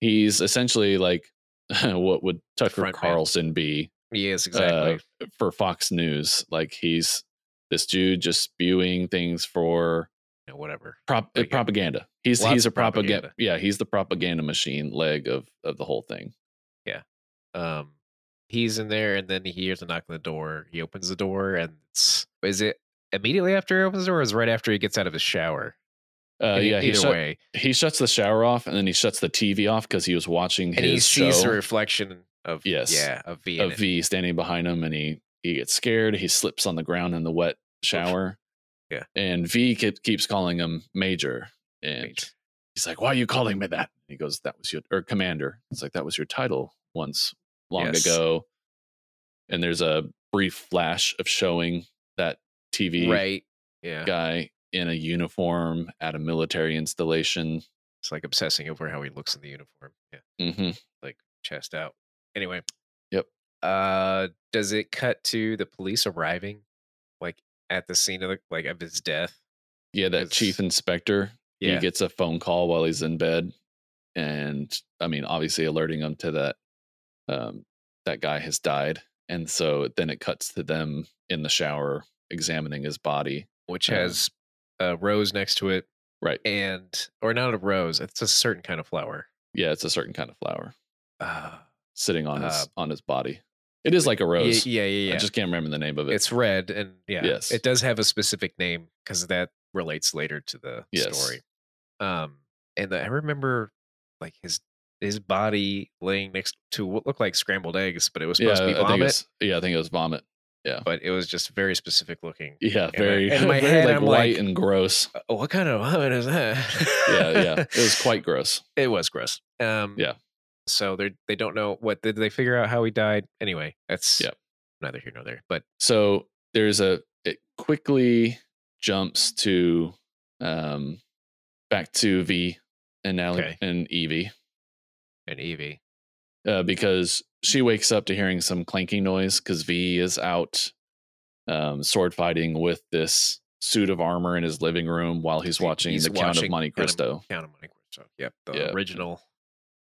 S2: he's essentially like what would Tucker
S3: Front man.
S2: Carlson be Uh,
S3: Yes, exactly.
S2: for Fox News. Like he's this dude just spewing things for
S3: You know, whatever.
S2: prop, uh,
S3: Propaganda.
S2: propaganda. He's
S3: Lots
S2: he's a
S3: of propaganda.
S2: propaganda. Yeah, he's the propaganda machine leg of of the whole thing.
S3: Um, he's in there, and then he hears a knock on the door. He opens the door, and it's, is it immediately after he opens the door, or is it right after he gets out of his shower?
S2: Uh,
S3: E-
S2: yeah, he,
S3: either
S2: shut,
S3: way,
S2: he shuts the shower off and then he shuts the TV off because he was watching
S3: and
S2: his
S3: he sees
S2: show
S3: the reflection of
S2: Yes,
S3: yeah, of V. in
S2: of
S3: it.
S2: V standing behind him, and he he gets scared. He slips on the ground in the wet shower.
S3: Yeah.
S2: and V ke- keeps calling him Major, and
S3: Major.
S2: he's like, "Why are you calling me that?" And he goes, "That was your or Commander." It's like that was your title once long
S3: Yes.
S2: ago. And there's a brief flash of showing that TV
S3: right? Yeah,
S2: guy in a uniform at a military installation.
S3: it's like obsessing over how he looks in the uniform. Yeah,
S2: hmm
S3: like chest out. Anyway.
S2: Yep.
S3: Uh, does it cut to the police arriving, like at the scene of the, like of his death?
S2: Yeah, that
S3: It's-
S2: chief inspector he gets a phone call while he's in bed and i mean obviously alerting him to that um, that guy has died and so then it cuts to them in the shower examining his body
S3: which
S2: Um,
S3: has a rose next to it
S2: right
S3: and or not a rose it's a certain kind of flower
S2: yeah it's a certain kind of flower
S3: uh,
S2: sitting on
S3: Uh,
S2: his on his body it is like a rose
S3: yeah yeah yeah
S2: i just can't remember the name of it
S3: it's red and yeah
S2: Yes.
S3: it does have a specific name because that relates later to the
S2: Yes.
S3: story um and the, i remember like his his body laying next to what looked like scrambled eggs but it was
S2: yeah,
S3: supposed to be
S2: I think it
S3: vomit
S2: was, yeah i think it was vomit
S3: but it was just very specific looking
S2: yeah
S3: I-
S2: very
S3: in my
S2: very
S3: head,
S2: like
S3: I'm
S2: white
S3: like-
S2: and gross
S3: "Uh, what kind of vomit is that
S2: yeah yeah it was quite gross
S3: it was gross. Um,
S2: Yeah.
S3: So they they don't know what did they figure out how he died. Anyway, that's
S2: Yep.
S3: neither here nor there. But
S2: so there's a it quickly jumps to um back to v and now
S3: Okay.
S2: and evie
S3: and Evie,
S2: uh, because she wakes up to hearing some clanking noise because v is out um sword fighting with this suit of armor in his living room while he's
S3: He-
S2: watching
S3: he's
S2: the count of
S3: watching
S2: monte
S3: Count of-
S2: cristo
S3: Count of Monte Cristo. Yep, the
S2: Yep.
S3: original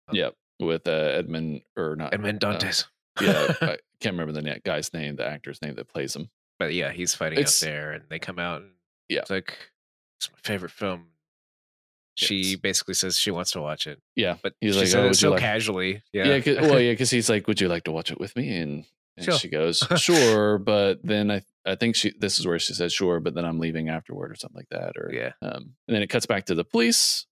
S3: Oh.
S2: yep with uh edmund or not
S3: Edmond
S2: uh,
S3: Dantes.
S2: yeah i can't remember the na- guy's name the actor's name that plays him
S3: but yeah, he's fighting out
S2: It's-
S3: there, and they come out. And
S2: Yeah.
S3: it's like it's my favorite film.
S2: Yeah,
S3: She
S2: it's-
S3: basically says she wants to watch it,
S2: yeah
S3: but
S2: He's
S3: she
S2: like, "Oh,
S3: said it
S2: would you
S3: so
S2: like-"
S3: casually. Yeah,
S2: Yeah. 'cause- well, yeah, because he's like, "Would you like to watch it with me?" And, and
S3: Sure.
S2: she goes, "Sure," but then I, I think she. This is where she says, "Sure," but then I'm leaving afterward or something like that. Or
S3: yeah.
S2: um, and then it cuts back to the police,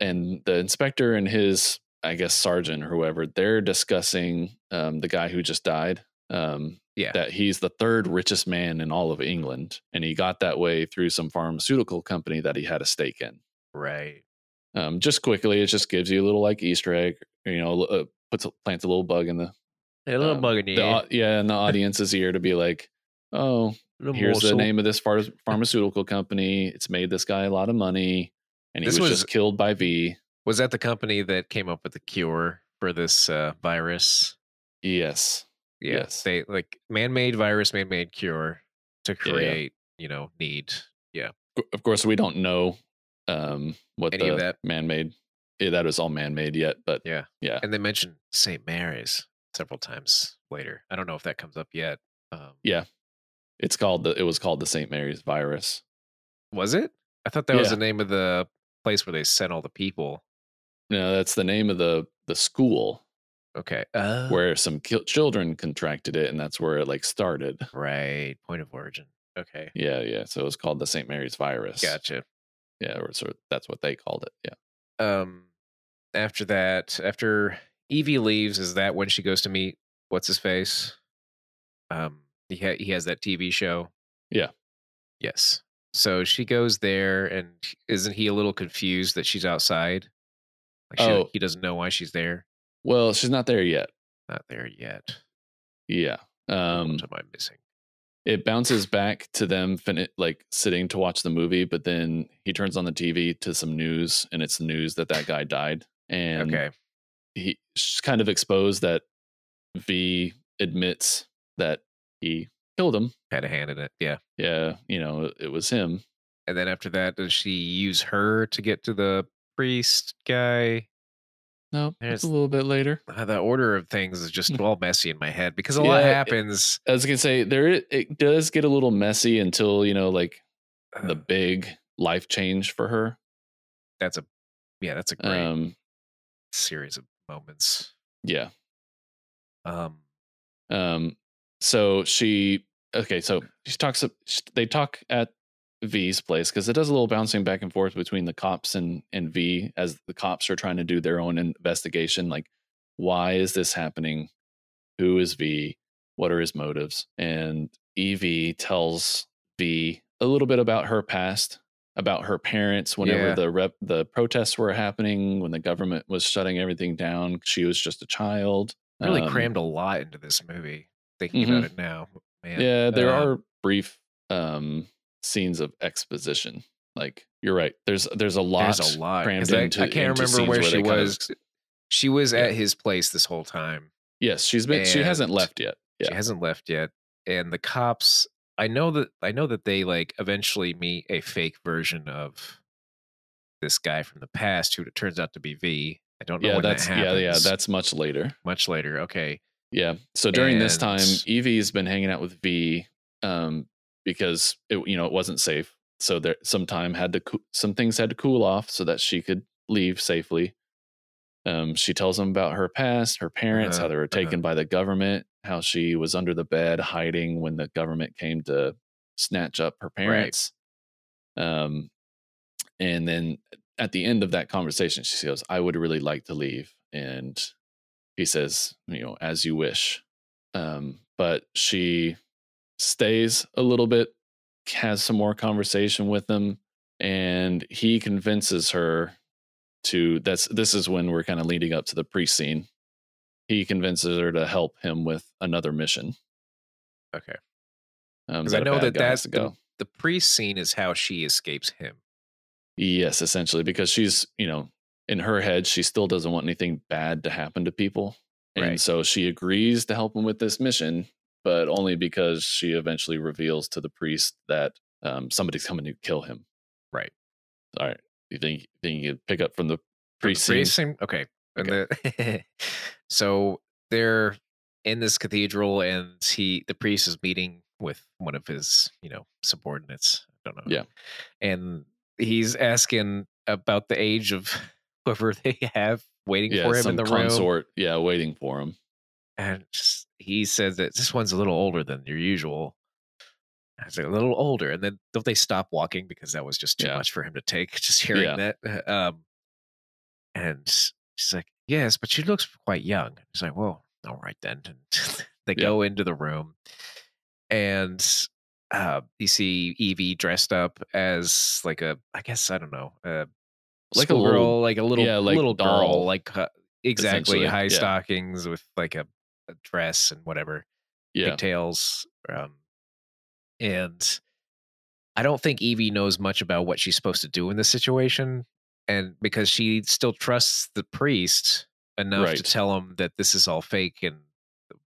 S2: and the inspector and his, I guess, sergeant or whoever. They're discussing um, the guy who just died. Um,
S3: Yeah.
S2: that he's the third richest man in all of England, and he got that way through some pharmaceutical company that he had a stake in
S3: right.
S2: um, just quickly it just gives you a little like easter egg you know uh, puts a, plants a little bug in the,
S3: A little
S2: um,
S3: bug in
S2: the
S3: your ear,
S2: au- yeah in the audience's ear to be like oh
S3: little
S2: here's the
S3: morsel.
S2: name of this phar- pharmaceutical company it's made this guy a lot of money and he
S3: This
S2: was,
S3: was-
S2: just killed by v
S3: Was that the company that came up with the cure for this uh, virus?
S2: yes
S3: yeah,
S2: Yes.
S3: they like man-made virus man-made cure to
S2: Yeah, yeah.
S3: create you know need
S2: of course, we don't know um, what
S3: Any
S2: the
S3: of that.
S2: man-made. Yeah, that is all man-made yet, but
S3: Yeah.
S2: Yeah.
S3: And they mention St. Mary's several times later. I don't know if that comes up yet. Um,
S2: yeah, it's called the. It was called the St. Mary's virus.
S3: Was it? I thought that was
S2: Yeah.
S3: the name of the place where they sent all the people.
S2: No, that's the name of the the school
S3: Okay. Uh,
S2: where some ki- children contracted it, and that's where it like started.
S3: right. Point of origin. Okay.
S2: Yeah, yeah. So it was called the St. Mary's virus.
S3: Gotcha.
S2: Yeah, or sort of, that's what they called it. Yeah.
S3: Um, after that, after Evie leaves, is that when she goes to meet what's his face? Um, he ha- he has that TV show.
S2: Yeah.
S3: Yes. So she goes there, and isn't he a little confused that she's outside? Like she,
S2: Oh.
S3: he doesn't know why she's there.
S2: Well, she's not there yet.
S3: Not there yet.
S2: Yeah. Um,
S3: what am I missing?
S2: it bounces back to them fin- like sitting to watch the movie but then he turns on the tv to some news and it's the news that that guy died and
S3: okay.
S2: he she's kind of exposed that v admits that he killed him
S3: Kind of handed it. Yeah.
S2: yeah you know it was him
S3: And then after that, does she use her to get to the priest guy?
S2: no
S3: There's-
S2: it's a little bit later
S3: Uh, the order of things is just all messy in my head because a lot
S2: Mm-hmm. Yeah, it-
S3: happens.
S2: as i can say there it, it does get a little messy until you know like the
S3: Uh,
S2: big life change for her
S3: that's a yeah, that's a great
S2: um
S3: series of moments.
S2: yeah
S3: Um,
S2: Um, so she okay, so she talks. sh- They talk at V's place because it does a little bouncing back and forth between the cops and and V as the cops are trying to do their own investigation. Like, why is this happening? Who is V? What are his motives? And Ev tells V a little bit about her past, about her parents. Whenever
S3: Yeah.
S2: the rep the protests were happening, when the government was shutting everything down, she was just a child.
S3: really
S2: Um, Mm-hmm.
S3: crammed a lot into this movie. Thinking about it now, man.
S2: yeah, there
S3: uh,
S2: are brief um scenes of exposition. Like you're right. There's there's a lot.
S3: there's a lot. 'cause
S2: crammed
S3: I,
S2: into-
S3: I can't
S2: into
S3: remember
S2: scenes
S3: where
S2: where
S3: she
S2: they kind of-
S3: was. she was
S2: Yeah.
S3: at his place this whole time.
S2: Yes, she's been. She hasn't
S3: And-
S2: left yet.
S3: She
S2: Yeah.
S3: hasn't left yet, and the cops. I know that I know that they like eventually meet a fake version of this guy from the past, who it turns out to be V. I don't know
S2: Yeah,
S3: when
S2: that's
S3: that
S2: yeah,
S3: happens.
S2: yeah. That's much later.
S3: much later. Okay,
S2: Yeah. So during this time,
S3: And-
S2: Evie's been hanging out with V, um, because it you know it wasn't safe. So there some time had to coo- some things had to cool off so that she could leave safely. Um, she tells him about her past, her parents, how
S3: Uh-huh,
S2: they were taken by
S3: uh-huh.
S2: the government, how she was under the bed hiding when the government came to snatch up her parents. Um, and then at the end of that conversation, she goes, I would really like to leave. And he says, you know, as you wish. Um, but she stays a little bit, has some more conversation with him, and he convinces her to that's this is when we're kind of leading up to the pre scene. He convinces her to help him with another mission.
S3: okay.
S2: Um,
S3: Because I
S2: a
S3: know
S2: bad
S3: that
S2: guy has
S3: that's
S2: to
S3: the, the priest scene is how she escapes him.
S2: Yes, essentially, because she's, you know, in her head, she still doesn't want anything bad to happen to people. And
S3: Right.
S2: so she agrees to help him with this mission, but only because she eventually reveals to the priest that um, somebody's coming to kill him.
S3: Right.
S2: All right. You think, think you could pick up from the
S3: From the
S2: priest? scene?
S3: priest scene? Okay. And the- so they're in this cathedral, and he the priest is meeting with one of his you know subordinates. I don't know.
S2: Yeah.
S3: And he's asking about the age of whoever they have waiting
S2: Yeah,
S3: for him
S2: some
S3: in the room.
S2: consort. Yeah, waiting for him.
S3: and just- he says that this one's a little older than your usual. I was like, a little older, and then don't they stop walking because that was just too
S2: Yeah.
S3: much for him to take? Just hearing that, um, and she's like, "Yes, but she looks quite young." He's like, "Well, all right then." And they
S2: Yeah.
S3: go into the room, and uh, you see Evie dressed up as like a, I guess I don't know, uh,
S2: Like a little-
S3: schoolgirl, like a little,
S2: yeah, like
S3: little girl,
S2: doll,
S3: like uh, exactly
S2: essentially,
S3: high
S2: yeah.
S3: stockings with like a, a dress and whatever
S2: Yeah.
S3: pigtails. Um, and I don't think Evie knows much about what she's supposed to do in this situation. And because she still trusts the priest enough to
S2: Right.
S3: tell him that this is all fake and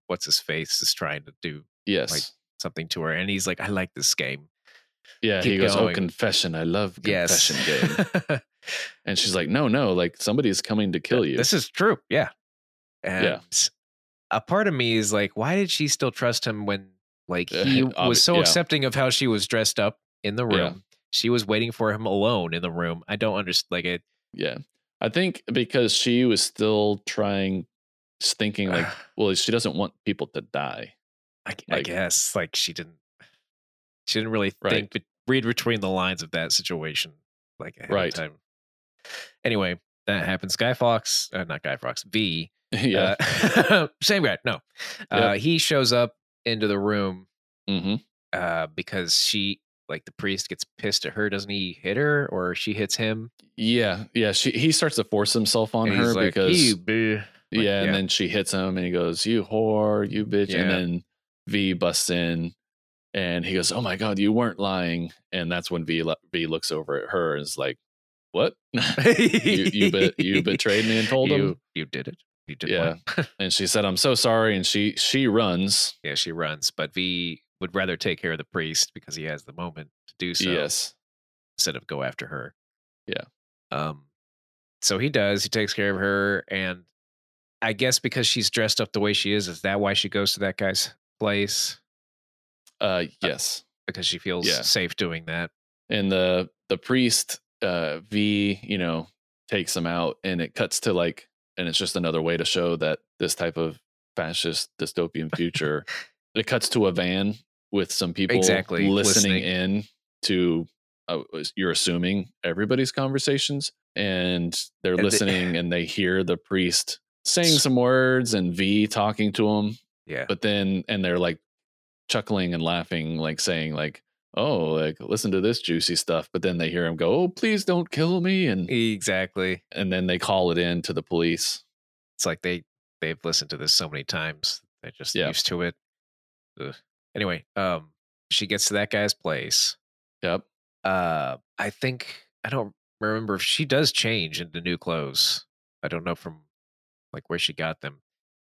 S3: what's his face is trying to do
S2: Yes.
S3: something to her. And he's like, I like this game.
S2: Yeah, he
S3: Keep
S2: goes, "Oh,
S3: going.
S2: confession! I love
S3: Yes.
S2: confession game." And she's like, "No, no! Like somebody's coming to kill you."
S3: This is true. Yeah. And
S2: Yeah.
S3: a part of me is like, why did she still trust him when like
S2: Yeah,
S3: he
S2: Eh, obvi-
S3: was so
S2: yeah.
S3: accepting of how she was dressed up in the room?
S2: Yeah.
S3: She was waiting for him alone in the room. I don't understand. Like it.
S2: yeah, I think because she was still trying, thinking like, "Well, she doesn't want people to die."
S3: I, I
S2: Like-
S3: guess like she didn't she didn't really
S2: Right.
S3: think but read between the lines of that situation like ahead of
S2: Right.
S3: time. Anyway, that happens. Guy Fox, uh, not Guy Fox, V.
S2: yeah.
S3: uh, same guy. No, uh, he shows up into the room
S2: hmm
S3: uh, because she like the priest gets pissed at her. Doesn't he hit her or she hits him?
S2: Yeah. Yeah. She he starts to force himself on
S3: And
S2: her
S3: he's like,
S2: because
S3: "You boo." Like,
S2: yeah, and
S3: yeah.
S2: then she hits him and he goes, You whore, you bitch.
S3: Yeah.
S2: And then V busts in and he goes, Oh my God, you weren't lying. And that's when V, lo- v looks over at her and is like, What? you, you, be- you betrayed me and told
S3: you,
S2: him.
S3: You did it. You did
S2: Yeah.
S3: one.
S2: And she said, I'm so sorry. And she she runs.
S3: yeah, she runs, but V would rather take care of the priest because he has the moment to do so
S2: yes.
S3: instead of go after her.
S2: Yeah.
S3: Um so he does, he takes care of her and I guess because she's dressed up the way she is, is that why she goes to that guy's place
S2: Uh yes.
S3: because she feels
S2: Yeah.
S3: safe doing that.
S2: and the the priest uh v you know takes him out and it cuts to like and it's just another way to show that this type of fascist dystopian future it cuts to a van with some people
S3: Exactly,
S2: listening,
S3: listening.
S2: in to uh, you're assuming everybody's conversations and they're
S3: And they-
S2: listening and they hear the priest saying
S3: S-
S2: some words and v talking to him
S3: Yeah.
S2: but then and they're like chuckling and laughing like saying like oh like listen to this juicy stuff but then they hear him go oh please don't kill me
S3: E
S2: and
S3: Exactly.
S2: and then they call it in to the police
S3: It's like they they've listened to this so many times. They're just
S2: Yeah.
S3: used to it. Ugh. Anyway, um she gets to that guy's place.
S2: yep
S3: uh i think i don't remember if she does change into new clothes i don't know from like where she got them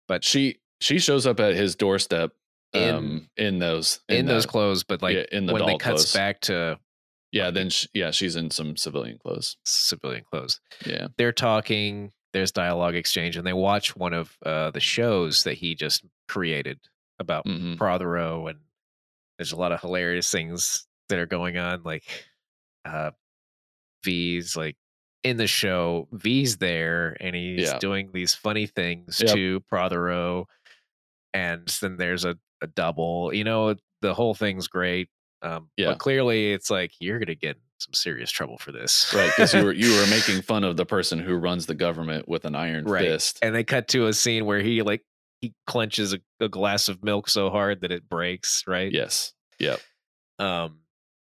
S3: but
S2: she she shows up at his doorstep
S3: In-
S2: um in those
S3: in, those
S2: that-
S3: clothes but like
S2: yeah, in the
S3: when they
S2: doll
S3: cuts
S2: clothes
S3: back to
S2: yeah then she, yeah she's in some civilian clothes
S3: civilian clothes
S2: yeah
S3: they're talking there's dialogue exchange and they watch one of uh the shows that he just created about
S2: hmm
S3: prothero and there's a lot of hilarious things that are going on like uh v's like in the show v's there and he's
S2: Yeah.
S3: doing these funny things
S2: Yep.
S3: to prothero and then there's a, a double you know the whole thing's great um
S2: Yeah.
S3: but clearly it's like you're gonna get in some serious trouble for this
S2: right because you were you were making fun of the person who runs the government with an iron
S3: Right.
S2: fist
S3: and they cut to a scene where he like he clenches a, a glass of milk so hard that it breaks right
S2: yes
S3: um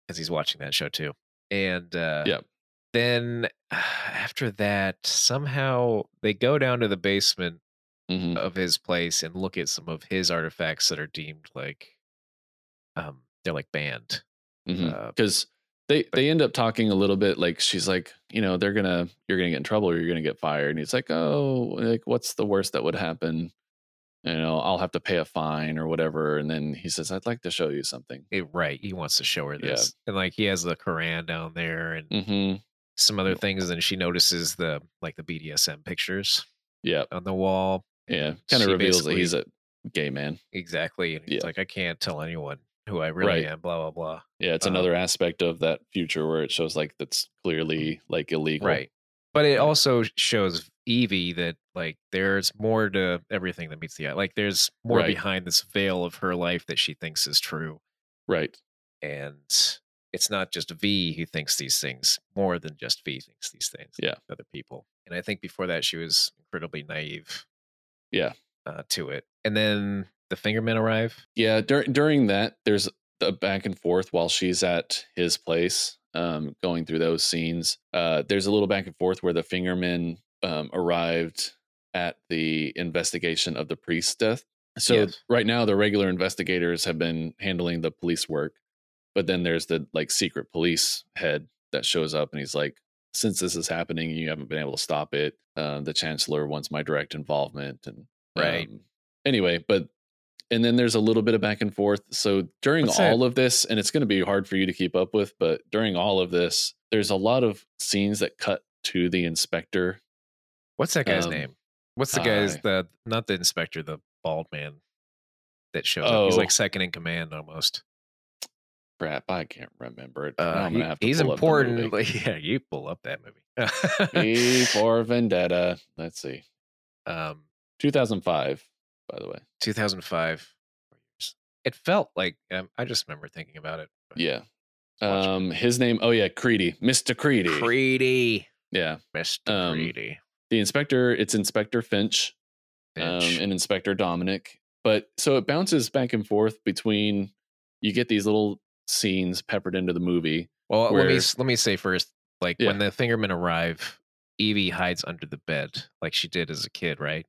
S3: because he's watching that show too and uh
S2: Yep.
S3: then after that somehow they go down to the basement
S2: hmm
S3: of his place and look at some of his artifacts that are deemed like um they're like banned
S2: hmm
S3: uh,
S2: because they they end up talking a little bit like she's like you know they're gonna you're gonna get in trouble or you're gonna get fired and he's like oh like what's the worst that would happen you know i'll have to pay a fine or whatever and then he says i'd like to show you something
S3: it, right he wants to show her
S2: Yeah.
S3: this and like he has the quran down there and
S2: mm-hmm
S3: some other
S2: Yep.
S3: things and she notices the like the bdsm pictures
S2: yeah
S3: on the wall
S2: yeah kind of
S3: She
S2: reveals that he's a gay man
S3: exactly and he's
S2: Yeah.
S3: like i can't tell anyone who i really
S2: Right.
S3: am blah blah blah
S2: yeah it's
S3: Um,
S2: another aspect of that future where it shows like that's clearly like illegal
S3: Right. But it
S2: Yeah.
S3: also shows Evie that like there's more to everything that meets the eye. Like there's more
S2: Right.
S3: behind this veil of her life that she thinks is true.
S2: right
S3: And it's not just V who thinks these things, more than just V thinks these things.
S2: Yeah.
S3: Other people. And I think before that she was incredibly naive.
S2: Yeah.
S3: Uh, to it. And then the fingermen arrive.
S2: Yeah, during during that, there's a back and forth while she's at his place, um, going through those scenes. Uh, there's a little back and forth where the fingermen um, arrived at the investigation of the priest's death. So
S3: Yes.
S2: right now, the regular investigators have been handling the police work, but then there's the like secret police head that shows up, and he's like, "Since this is happening, you haven't been able to stop it. Uh, the chancellor wants my direct involvement." And
S3: Right.
S2: um, anyway, but and then there's a little bit of back and forth. So during
S3: What's
S2: all of this, and it's going to be hard for you to keep up with, but during all of this, there's a lot of scenes that cut to the inspector.
S3: What's that guy's
S2: Um,
S3: name? What's the guy's
S2: I-
S3: the not the inspector, the bald man that shows up? He's
S2: Oh.
S3: like second in command almost.
S2: Crap, I can't remember it. Now
S3: Uh,
S2: I'm
S3: he-
S2: gonna have to
S3: he's
S2: pull up the
S3: important.
S2: movie.
S3: Like, yeah, you pull up that
S2: V
S3: movie.
S2: for Vendetta. Let's see,
S3: um,
S2: 2005. By the way,
S3: 2005. It felt like um, I just remember thinking about it. but-
S2: yeah.
S3: Watch it.
S2: Um, his name. Oh yeah, Creedy, Mr. Creedy.
S3: Creedy,
S2: yeah,
S3: Mr.
S2: Um,
S3: Creedy.
S2: the inspector. It's Inspector Finch. um,
S3: Finch.
S2: and Inspector Dominic. But so it bounces back and forth between you get these little scenes peppered into the movie.
S3: Well, let me
S2: where-
S3: s- let me say first, like
S2: Yeah.
S3: when the Fingermen arrive, Evie hides under the bed like she did as a kid, right?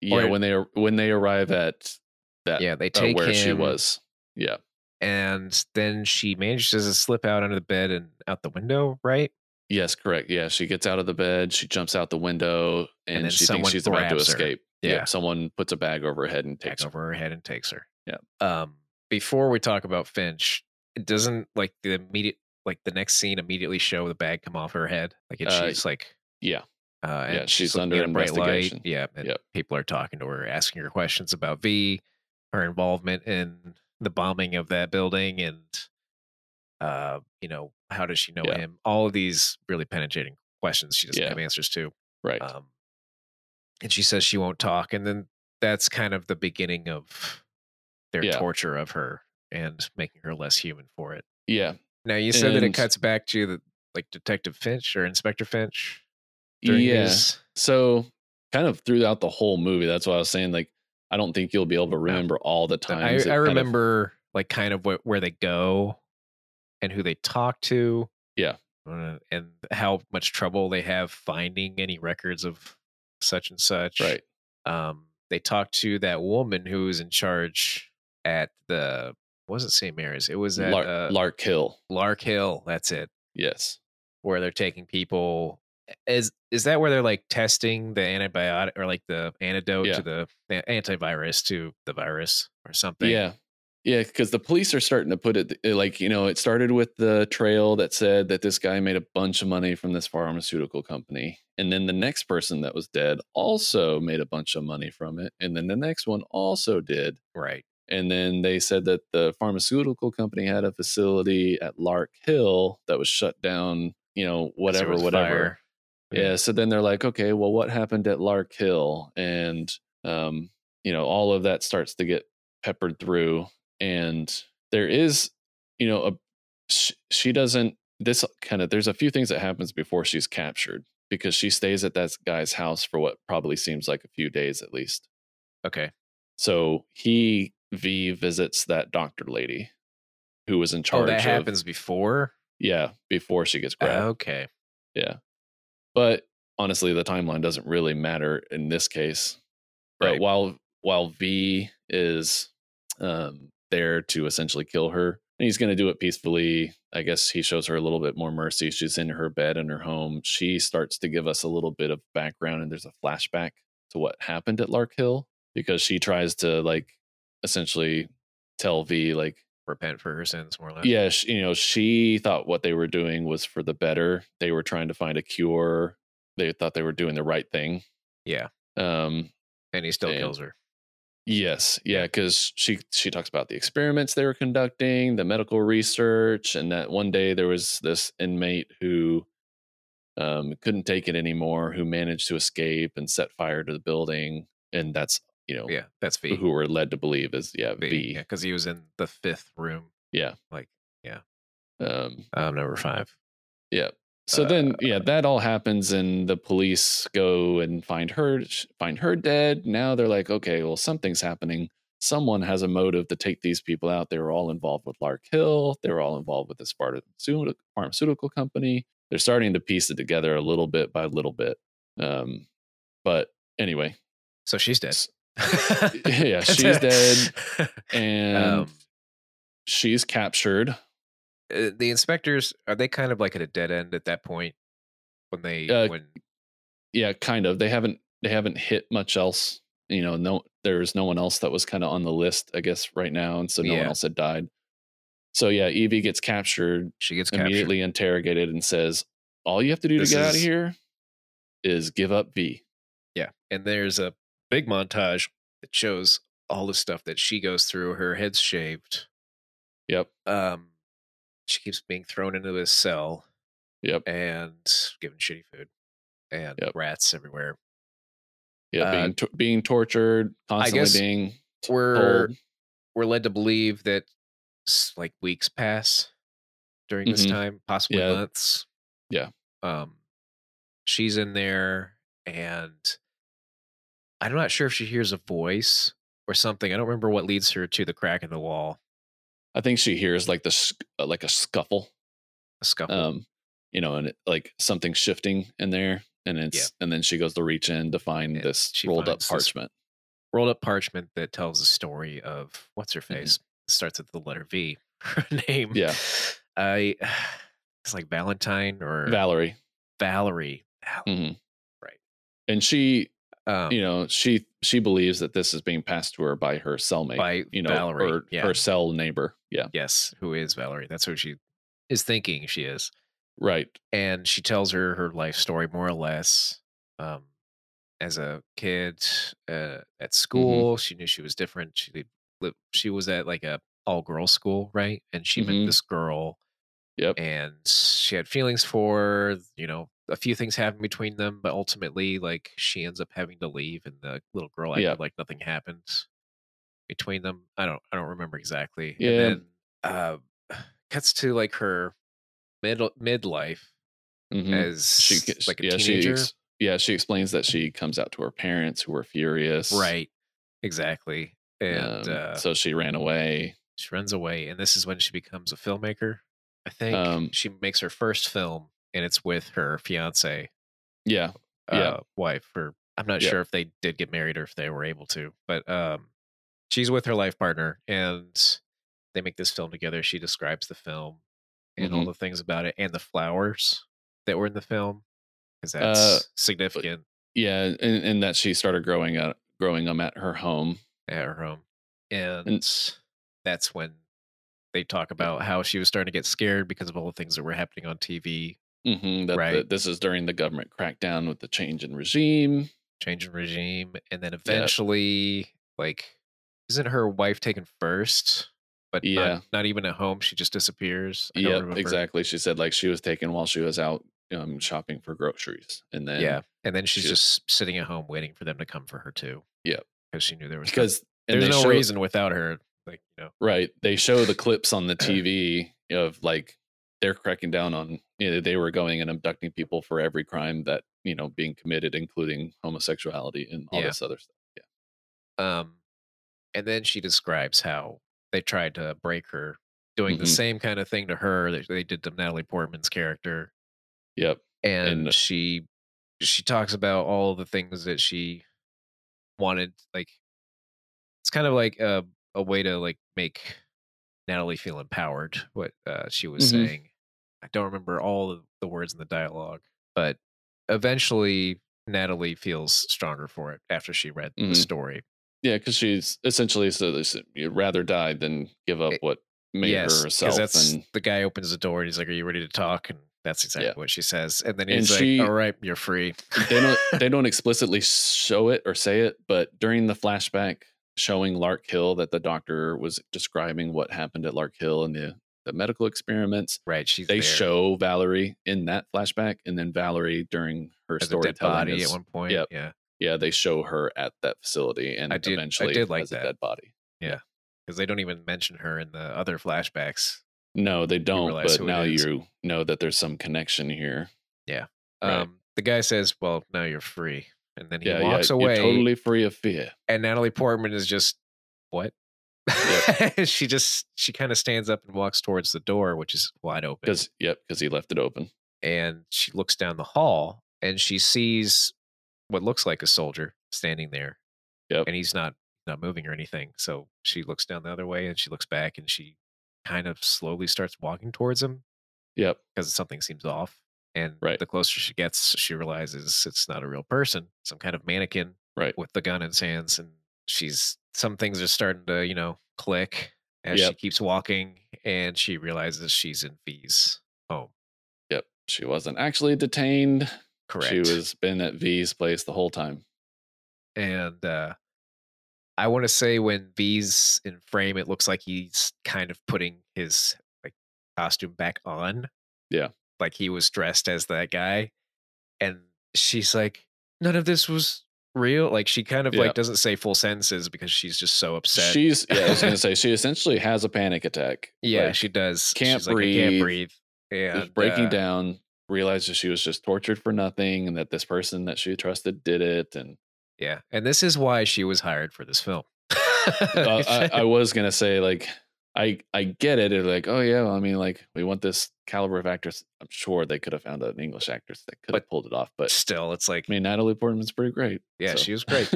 S2: Yeah,
S3: Or-
S2: when they ar- when they arrive at that
S3: Yeah, they
S2: uh,
S3: take
S2: where she
S3: him,
S2: was. Yeah.
S3: and then she manages to slip out under the bed and out the window, right?
S2: Yes, correct. Yeah, she gets out of the bed, she jumps out the window,
S3: And
S2: and,
S3: then
S2: she thinks
S3: someone
S2: she's about to
S3: grabs her.
S2: escape.
S3: Yeah.
S2: someone puts a bag over her head and takes
S3: Takes
S2: her.
S3: over her head and takes her.
S2: Yeah.
S3: Um, before we talk about Finch, it doesn't like the immediate like the next scene immediately show the bag come off her head. Like and
S2: Uh,
S3: she's like
S2: yeah.
S3: Uh, and
S2: Yeah, she's
S3: looking
S2: under
S3: at a bright
S2: investigation.
S3: Light. Yeah, and
S2: Yep.
S3: people are talking to her, asking her questions about V, her involvement in the bombing of that building, and uh, you know how does she know
S2: Yeah.
S3: him? All of these really penetrating questions she doesn't
S2: Yeah.
S3: have answers to.
S2: Right.
S3: Um, and she says she won't talk, and then that's kind of the beginning of their
S2: Yeah.
S3: torture of her and making her less human for it.
S2: yeah.
S3: Now you said that it
S2: And-
S3: cuts back to the like Detective Finch or Inspector Finch. during
S2: Yeah.
S3: his-
S2: So kind of throughout the whole movie, that's why I was saying like I don't think you'll be able to remember all the
S3: th-
S2: times. it
S3: I, I
S2: kind of-
S3: remember like kind of what, where they go and who they talk to.
S2: Yeah.
S3: uh, And how much trouble they have finding any records of such and such.
S2: right.
S3: Um, they talk to that woman who was in charge at the wasn't St. Mary's. It was at
S2: Lark,
S3: uh,
S2: Lark Hill.
S3: Lark Hill. That's it.
S2: Yes.
S3: Where they're taking people. Is is that where they're like testing the antibiotic or like the antidote
S2: Yeah.
S3: to the the antivirus to the virus or something?
S2: Yeah. Yeah, because the police are starting to put it it, like, you know, it started with the trail that said that this guy made a bunch of money from this pharmaceutical company. And then the next person that was dead also made a bunch of money from it. And then the next one also did.
S3: Right.
S2: And then they said that the pharmaceutical company had a facility at Lark Hill that was shut down, you know,
S3: So it
S2: whatever,
S3: was
S2: whatever.
S3: fire.
S2: Yeah. So then they're like, okay, well, what happened at Lark Hill? And, um, you know, all of that starts to get peppered through. And there is, you know, a, sh- she doesn't, this kind of, there's a few things that happens before she's captured because she stays at that guy's house for what probably seems like a few days at least.
S3: Okay.
S2: So he, V, visits that doctor lady who was in charge.
S3: Oh, that
S2: of-
S3: happens before.
S2: Yeah. Before she gets grabbed.
S3: Okay.
S2: but honestly the timeline doesn't really matter in this case
S3: Right.
S2: but while while v is um there to essentially kill her and he's going to do it peacefully i guess he shows her a little bit more mercy she's in her bed in her home she starts to give us a little bit of background and there's a flashback to what happened at lark hill because she tries to like essentially tell v like
S3: Repent for her sins, more or less.
S2: yeah sh you know she thought what they were doing was for the better they were trying to find a cure they thought they were doing the right thing
S3: Yeah.
S2: um
S3: And he still
S2: And-
S3: kills her.
S2: yes yeah because she she talks about the experiments they were conducting the medical research and that one day there was this inmate who um couldn't take it anymore who managed to escape and set fire to the building and that's you know
S3: Yeah. That's V.
S2: who we're led to believe is yeah v,
S3: v. Because he was in the fifth room.
S2: Yeah.
S3: Like
S2: um
S3: um, number five.
S2: so then yeah that all happens and the police go and find her sh- find her dead now they're like okay well something's happening someone has a motive to take these people out they were all involved with lark hill they were all involved with this pharmaceutical pharmaceutical company they're starting to piece it together a little bit by little bit um, but anyway
S3: So she's dead.
S2: S- yeah she's dead and
S3: um,
S2: she's captured
S3: uh, the inspectors are they kind of like at a dead end at that point when they
S2: Uh,
S3: when
S2: yeah kind of they haven't they haven't hit much else you know, no, there was no one else that was kind of on the list, I guess, right now, and so no one
S3: Yeah.
S2: else had died. So yeah, Evie gets captured,
S3: She gets
S2: immediately interrogated, and says, "All you have to do
S3: This
S2: to get out of
S3: is-
S2: here is give up V."
S3: Yeah. And there's a big montage that shows all the stuff that she goes through. Her head's shaved.
S2: Yep,
S3: Um, she keeps being thrown into this cell
S2: yep,
S3: and given shitty food and
S2: Yep.
S3: rats everywhere.
S2: yeah.
S3: Uh,
S2: being to- being tortured, constantly
S3: guess
S2: being
S3: We're
S2: told.
S3: we're led to believe that s- like weeks pass during this
S2: Mhm.
S3: time, possibly
S2: Yeah.
S3: months.
S2: Yeah.
S3: Um, she's in there, and I'm not sure if she hears a voice or something. I don't remember what leads her to the crack in the wall,
S2: I think she hears like the sc- uh, like a scuffle,
S3: a scuffle.
S2: um, you know, and it, like something shifting in there, and it's and then she goes to reach in to find
S3: And
S2: this
S3: she
S2: rolled up
S3: finds this-
S2: parchment.
S3: rolled up parchment that tells the story of what's her face starts with the letter V. Her name,
S2: Mm-hmm. Yeah.
S3: I it's like Valentine or
S2: Valerie,
S3: Valerie. Val-
S2: Mhm.
S3: Right.
S2: and she
S3: Um,
S2: you know she she believes that this is being passed to her by her cellmate
S3: by
S2: you know
S3: Valerie.
S2: or
S3: yeah.
S2: her cell neighbor yeah
S3: Yes, who is Valerie? That's who she is thinking she is,
S2: right
S3: and she tells her her life story more or less. Um, as a kid uh, at school, she knew she was different. She did live, she was at like a all girl school, right? And she met
S2: Mhm.
S3: this girl
S2: yep
S3: and she had feelings for you know a few things happened between them but ultimately like she ends up having to leave and the little girl acted
S2: Yeah.
S3: like nothing happened between them i don't i don't remember exactly
S2: Yeah.
S3: and then uh cuts to like her middle midlife
S2: Mhm.
S3: as
S2: she gets-
S3: like a
S2: yeah she
S3: teenager
S2: ex- yeah she explains that she comes out to her parents who were furious
S3: right exactly and
S2: um,
S3: uh
S2: so she ran away
S3: she runs away and this is when she becomes a filmmaker i think
S2: Um,
S3: she makes her first film and it's with her fiance
S2: yeah
S3: uh,
S2: Yeah.
S3: wife or I'm not
S2: Yeah.
S3: sure if they did get married or if they were able to, but um she's with her life partner and they make this film together. She describes the film and all
S2: Mhm.
S3: the things about it and the flowers that were in the film
S2: Uh,
S3: because that's significant
S2: yeah and, and that she started growing up growing them at her home
S3: at her home. And, that's when they talk about how she was starting to get scared because of all the things that were happening on TV,
S2: hmm that,
S3: Right.
S2: that this is during the government crackdown with the change in regime
S3: change in regime, and then eventually, like, isn't her wife taken first? But
S2: Yeah.
S3: not, not even at home, she just disappears. I don't
S2: yep
S3: remember.
S2: exactly she said like she was taken while she was out um, shopping for groceries and then
S3: yeah, and then she's
S2: she-
S3: just sitting at home waiting for them to come for her too.
S2: Yep.
S3: because she knew there was no-
S2: because and
S3: there's
S2: they
S3: no
S2: show-
S3: reason without her. Like you know,
S2: Right. They show the clips on the TV of like they're cracking down on you know, they were going and abducting people for every crime that, you know, being committed, including homosexuality and all
S3: Yeah.
S2: this other stuff.
S3: Um, and then she describes how they tried to break her, doing the
S2: Mhm.
S3: same kind of thing to her that they did to Natalie Portman's character.
S2: Yep.
S3: and,
S2: And-
S3: she she talks about all the things that she wanted like it's kind of like a, a way to like make natalie feel empowered what uh, she was
S2: Mhm.
S3: saying i don't remember all of the words in the dialogue but eventually natalie feels stronger for it after she read the
S2: Mhm.
S3: story
S2: Yeah, because she's essentially so this you'd rather die than give up
S3: Eh,
S2: what made her
S3: 'cause
S2: herself.
S3: that's
S2: and
S3: the guy opens the door and he's like are you ready to talk and that's exactly what she says and then
S2: And
S3: he's like
S2: she-
S3: all right you're free
S2: they don't they don't explicitly show it or say it, but during the flashback showing Lark Hill that the doctor was describing what happened at Lark Hill and the, the medical experiments.
S3: right she's
S2: they
S3: there.
S2: show Valerie in that flashback, and then Valerie during her
S3: as a dead
S2: storytelling.
S3: body
S2: is-
S3: at one point.
S2: Yep.
S3: Yeah,
S2: yeah, they show her at that facility, and
S3: I did- I
S2: eventually
S3: did like
S2: as a
S3: that.
S2: dead body.
S3: because they don't even mention her in the other flashbacks.
S2: No, they don't.
S3: realize
S2: But
S3: who it
S2: now
S3: is.
S2: you know that there's some connection here. Right.
S3: Um, the guy says, "Well, now you're free," and then he
S2: yeah,
S3: walks
S2: yeah,
S3: away.
S2: You're totally free of fear.
S3: And Natalie Portman is just what? she just she kind of stands up and walks towards the door, which is wide open,
S2: Because yep, because he left it open.
S3: and she looks down the hall and she sees what looks like a soldier standing there.
S2: Yep.
S3: and he's not not moving or anything. So she looks down the other way and she looks back and she kind of slowly starts walking towards him.
S2: Yep.
S3: because something seems off. And
S2: Right.
S3: the closer she gets, she realizes it's not a real person, some kind of mannequin
S2: Right.
S3: with the gun in sands and she's some things are starting to you know click as she
S2: Yep.
S3: keeps walking and she realizes she's in v's home
S2: Yep. She wasn't actually detained.
S3: correct
S2: She was been at V's place the whole time.
S3: and uh i want to say when v's in frame it looks like he's kind of putting his like costume back on
S2: Yeah.
S3: like he was dressed as that guy and she's like none of this was real like she kind of
S2: Yeah.
S3: like doesn't say full sentences because she's just so upset
S2: She's yeah, I was gonna say she essentially has a panic attack.
S3: Yeah,
S2: Like,
S3: she does.
S2: can't
S3: She's Like, I
S2: breathe,
S3: can't breathe. And
S2: is breaking
S3: uh,
S2: down, realizes she was just tortured for nothing and that this person that she trusted did it. And
S3: Yeah, and this is why she was hired for this film.
S2: uh, I, I was gonna say like I I get it. It's like oh yeah, well, I mean like we want this caliber of actress. I'm sure they could have found an English actress that could have
S3: But-
S2: pulled it off. But
S3: Still, it's like
S2: I mean Natalie Portman's pretty great.
S3: yeah,
S2: so.
S3: she was great,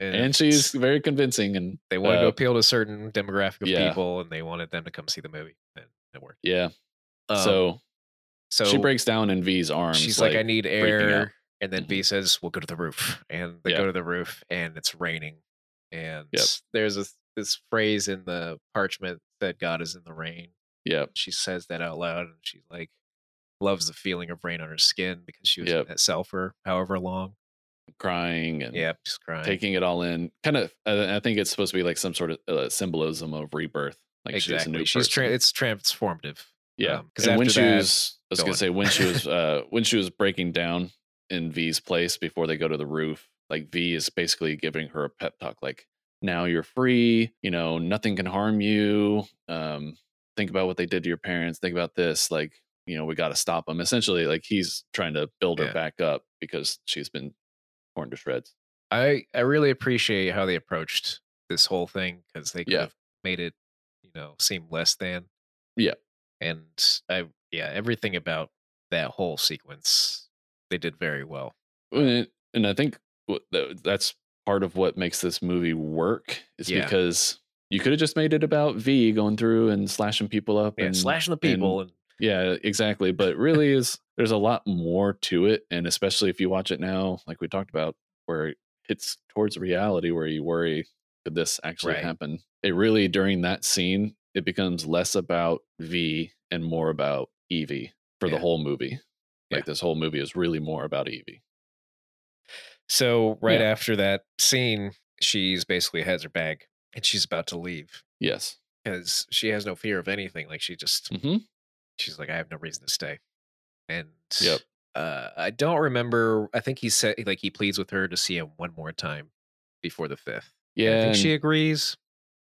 S2: and she's very convincing. And
S3: they wanted
S2: uh,
S3: to appeal to a certain demographic of
S2: yeah.
S3: people, and they wanted them to come see the movie, and it worked.
S2: yeah,
S3: Um,
S2: so,
S3: so
S2: she breaks down in V's arms.
S3: She's like, I need
S2: freaking out. Mm-hmm.
S3: air, and then V says, "We'll go to the roof," and they
S2: Yeah.
S3: go to the roof, and it's raining, and
S2: Yep.
S3: there's a this phrase in the parchment that God is in the rain.
S2: yep,
S3: she says that out loud and she like loves the feeling of rain on her skin because she was
S2: Yep.
S3: in that cell for however long.
S2: crying and
S3: Yep, she's crying.
S2: taking it all in. Kind of, I I think it's supposed to be like some sort of uh, symbolism of rebirth. Like she's a new
S3: She's
S2: person.
S3: tra- it's transformative.
S2: Yeah,
S3: Um, 'cause
S2: because when
S3: after
S2: she
S3: that-
S2: was, I was
S3: go
S2: gonna
S3: on.
S2: say when she was, uh, when she was breaking down in V's place before they go to the roof, like V is basically giving her a pep talk, like now you're free, you know, nothing can harm you. Um, think about what they did to your parents. Think about this, like you know, we got to stop them. Essentially, like he's trying to build her
S3: Yeah.
S2: back up because she's been torn to shreds.
S3: I I really appreciate how they approached this whole thing because they could
S2: Yeah.
S3: have made it, you know, seem less than.
S2: Yeah.
S3: And I yeah, everything about that whole sequence they did very well.
S2: And, it- and I think what- tha- that's part of what makes this movie work is
S3: Yeah.
S2: because you could have just made it about V going through and slashing people up
S3: Yeah,
S2: and
S3: slashing the
S2: and-
S3: people and,
S2: yeah, exactly. But really is there's a lot more to it. And especially if you watch it now, like we talked about, where it hits towards reality where you worry, could this actually
S3: Right.
S2: happen? It really during that scene, it becomes less about V and more about Evie for the
S3: Yeah.
S2: whole movie. Like
S3: Yeah.
S2: this whole movie is really more about E Evie.
S3: So right
S2: Yeah.
S3: after that scene, she's basically has her bag and she's about to leave
S2: Yes.
S3: because she has no fear of anything. Like she just
S2: Mm-hmm.
S3: she's like, I have no reason to stay. And
S2: Yep.
S3: uh, I don't remember. I think he said like he pleads with her to see him one more time before the fifth. And
S2: Yeah,
S3: I think
S2: and-
S3: she agrees.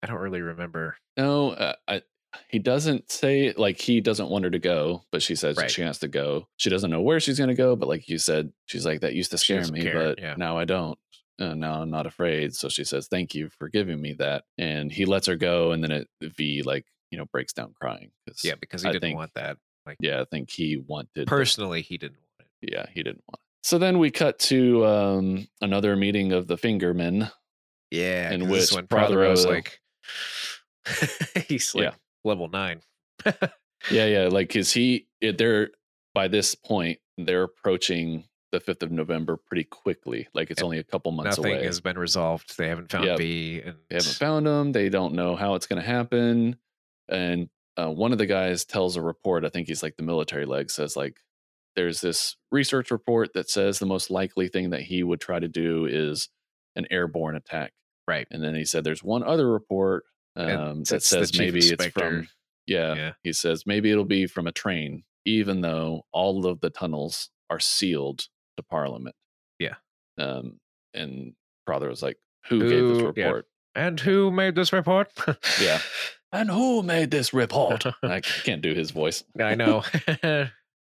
S3: I don't really remember.
S2: no, uh, I, he doesn't say like he doesn't want her to go, but she says
S3: Right.
S2: she has to go. She doesn't know where she's going to go, but like you said, she's like that used to
S3: She
S2: scare
S3: doesn't
S2: me,
S3: care,
S2: but
S3: yeah.
S2: now I don't. Uh, now I'm not afraid. So she says, "Thank you for giving me that." And he lets her go, and then it V like you know breaks down crying. 'cause,
S3: Yeah, because he
S2: I
S3: didn't
S2: think-
S3: want that.
S2: yeah, I think he wanted the
S3: Personally, he didn't want it.
S2: yeah, he didn't want. it. So then we cut to um, another meeting of the Fingermen.
S3: Yeah,
S2: In
S3: 'cause this
S2: which
S3: is when Prothero's
S2: Prothero-
S3: like he's like
S2: Yeah.
S3: level nine.
S2: Yeah, yeah. Like, is he? it- They're by this point, they're approaching the fifth of November pretty quickly. Like, it's
S3: Yep.
S2: only a couple months
S3: nothing
S2: away.
S3: has been resolved. They haven't found
S2: Yep.
S3: B, and
S2: they haven't found him. They don't know how it's going to happen. And uh, one of the guys tells a report. I think he's like the military leg says like, there's this research report that says the most likely thing that he would try to do is an airborne attack.
S3: right.
S2: And then he said there's one other report
S3: And
S2: um, that
S3: that's the
S2: says
S3: chief
S2: maybe it's
S3: inspector.
S2: from yeah,
S3: Yeah.
S2: he says maybe it'll be from a train, even though all of the tunnels are sealed to Parliament.
S3: Yeah.
S2: Um, and Prother was like, "Who, gave this
S3: Who- yeah.
S2: report?
S3: And who made this report?
S2: Yeah. And who made this report?" I can't do his voice.
S3: I know.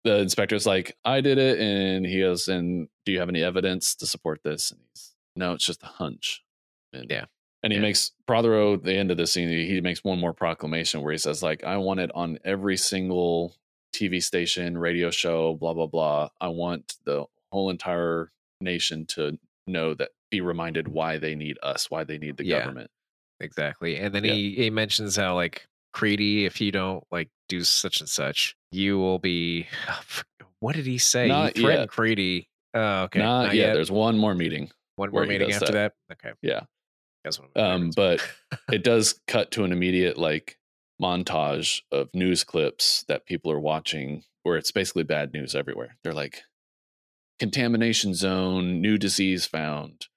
S2: The inspector's like, "I did it," and he goes, "And do you have any evidence to support this?" And he's, "No, it's just a hunch." And
S3: Yeah.
S2: And he
S3: Yeah.
S2: makes Prothero the end of the scene. He he makes one more proclamation where he says, like, I want it on every single TV station, radio show, blah, blah, blah. I want the whole entire nation to know that be reminded why they need us, why they need the
S3: Yeah.
S2: government.
S3: exactly. And then
S2: Yeah.
S3: he, he mentions how like Creedy, if you don't like do such and such, you will be. oh, What did he say?
S2: Not
S3: he threatened
S2: yet.
S3: Creedy. Oh, okay.
S2: Not, yet. There's one more meeting.
S3: one
S2: Where
S3: more
S2: he
S3: meeting
S2: does
S3: after that. Okay.
S2: Yeah.
S3: That's what
S2: Um,
S3: I'm
S2: but it does cut to an immediate like montage of news clips that people are watching where it's basically bad news everywhere. They're like contamination zone, new disease found,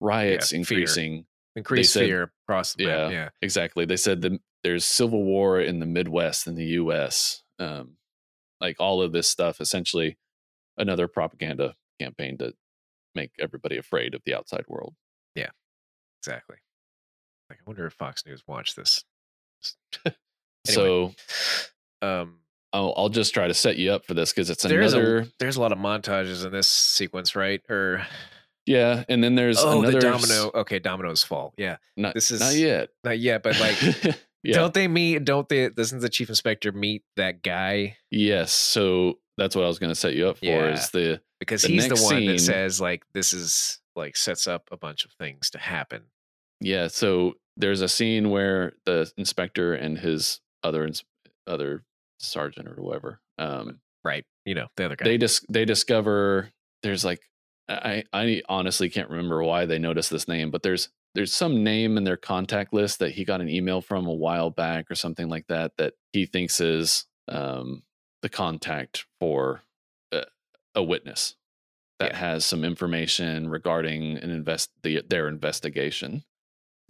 S2: riots
S3: fear.
S2: increasing.
S3: increased
S2: said-
S3: fear across the map.
S2: Yeah.
S3: Yeah.
S2: Exactly. They said that there's civil war in the Midwest in the U.S. Um, like all of this stuff, essentially another propaganda campaign to make everybody afraid of the outside world.
S3: Exactly. Like, I wonder if Fox News watched this.
S2: So
S3: um,
S2: I'll, I'll just try to set you up for this because it's
S3: There is a-
S2: another.
S3: there's a lot of montages in this sequence, right? Or
S2: yeah, and then there's
S3: oh,
S2: another
S3: the
S2: s-
S3: domino. Okay, dominoes fall. Yeah,
S2: Not,
S3: This
S2: not
S3: is-
S2: yet,
S3: not yet, but like,
S2: yeah.
S3: don't they meet? Don't they? Doesn't the chief inspector meet that guy
S2: yes. So that's what I was going to set you up for.
S3: Yeah.
S2: Is the
S3: because
S2: The
S3: he's the
S2: next
S3: one
S2: scene-
S3: that says like this is like sets up a bunch of things to happen.
S2: Yeah, so there's a scene where the inspector and his other ins- other sergeant or whoever, um,
S3: Right. You know the other guy.
S2: they dis- they discover there's like I I honestly can't remember why they noticed this name, but there's there's some name in their contact list that he got an email from a while back or something like that that he thinks is um, the contact for a, a witness that
S3: Yeah.
S2: has some information regarding an invest the, their investigation.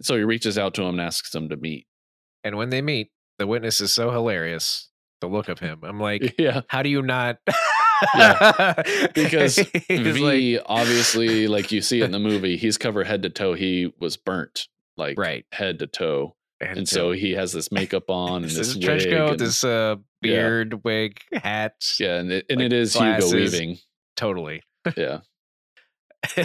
S2: So he reaches out to him and asks him to meet.
S3: and when they meet, the witness is so hilarious. The look of him. I'm like,
S2: yeah,
S3: how do you not?
S2: Because
S3: He's
S2: V obviously, like you see it in the movie, he's covered head to toe. He was burnt, like
S3: right.
S2: head to toe.
S3: And,
S2: and so he has this makeup on and
S3: this,
S2: this
S3: is trench
S2: wig
S3: coat,
S2: and-
S3: this uh,
S2: Yeah.
S3: beard, wig, hat.
S2: yeah, and it, and
S3: like,
S2: it is
S3: glasses.
S2: Hugo Weaving.
S3: Totally.
S2: Yeah,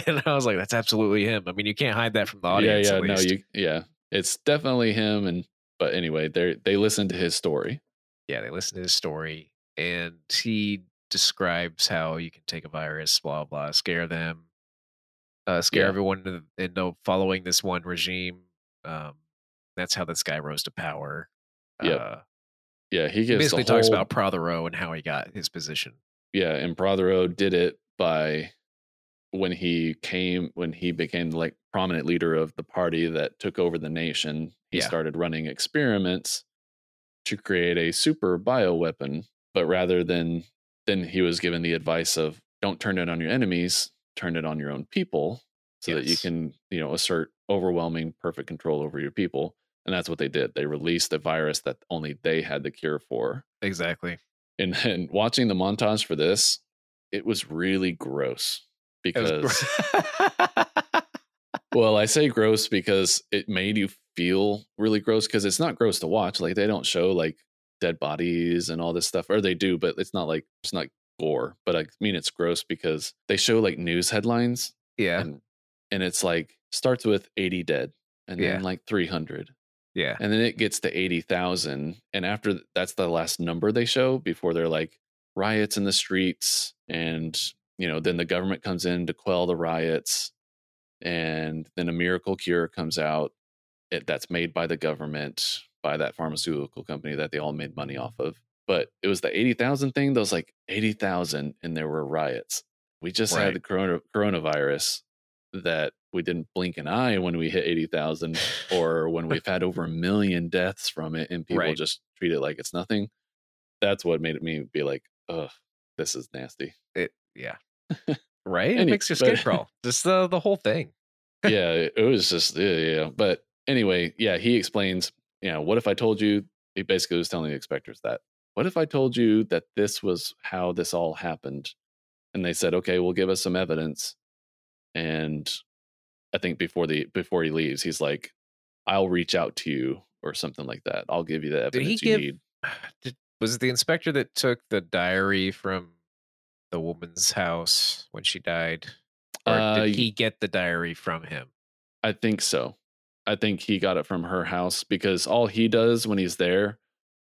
S3: and I was like, that's absolutely him. I mean, you can't hide that from the audience.
S2: yeah, yeah.
S3: at
S2: No,
S3: least.
S2: you, yeah, it's definitely him. And but anyway, they they listen to his story.
S3: yeah, they listen to his story and he describes how you can take a virus, blah blah, scare them, uh, scare
S2: Yeah.
S3: everyone into, into following this one regime. Um, that's how this guy rose to power.
S2: Yep.
S3: Uh,
S2: Yeah, he
S3: he
S2: gives
S3: basically
S2: the whole,
S3: talks about Prothero and how he got his position.
S2: yeah, and Prothero did it by when he came when he became like prominent leader of the party that took over the nation. He
S3: Yeah.
S2: started running experiments to create a super bioweapon, but rather than then he was given the advice of don't turn it on your enemies, turn it on your own people so that you
S3: Yes.
S2: can, you know, assert overwhelming perfect control over your people. And that's what they did. They released the virus that only they had the cure for
S3: Exactly.
S2: and then watching the montage for this, it was really gross
S3: It was
S2: because
S3: gr-
S2: well, I say gross because it made you feel really gross because it's not gross to watch. Like they don't show like dead bodies and all this stuff, or they do, but it's not like it's not gore. But I mean, it's gross because they show like news headlines
S3: yeah,
S2: and and it's like starts with eighty dead and
S3: Yeah.
S2: then like three hundred
S3: yeah,
S2: and then it gets to 80,000 and after th- that's the last number they show before they're like riots in the streets and you know then the government comes in to quell the riots and then a miracle cure comes out it, that's made by the government by that pharmaceutical company that they all made money off of but it was the 80,000 thing that was like 80,000 and there were riots we just
S3: Right.
S2: had the corona, coronavirus that we didn't blink an eye when we hit 80,000 or when we've had over a million deaths from it and people
S3: Right.
S2: just treat it like it's nothing. That's what made me be like, ugh, this is nasty.
S3: it yeah, right. It
S2: Any-
S3: makes your skin
S2: but-
S3: crawl. Just the the whole thing.
S2: yeah, it it was just, yeah, yeah. But anyway, yeah, he explains, you know, what if I told you, he basically was telling the inspectors that, what if I told you that this was how this all happened? And they said, okay, well, give us some evidence. And I think before the, before he leaves, he's like, I'll reach out to you or something like that. I'll give you the
S3: Did
S2: evidence
S3: he
S2: you
S3: give?
S2: need.
S3: Did, was it the inspector that took the diary from the woman's house when she died, or
S2: Uh,
S3: did he get the diary from him?
S2: I think so. I think he got it from her house because all he does when he's there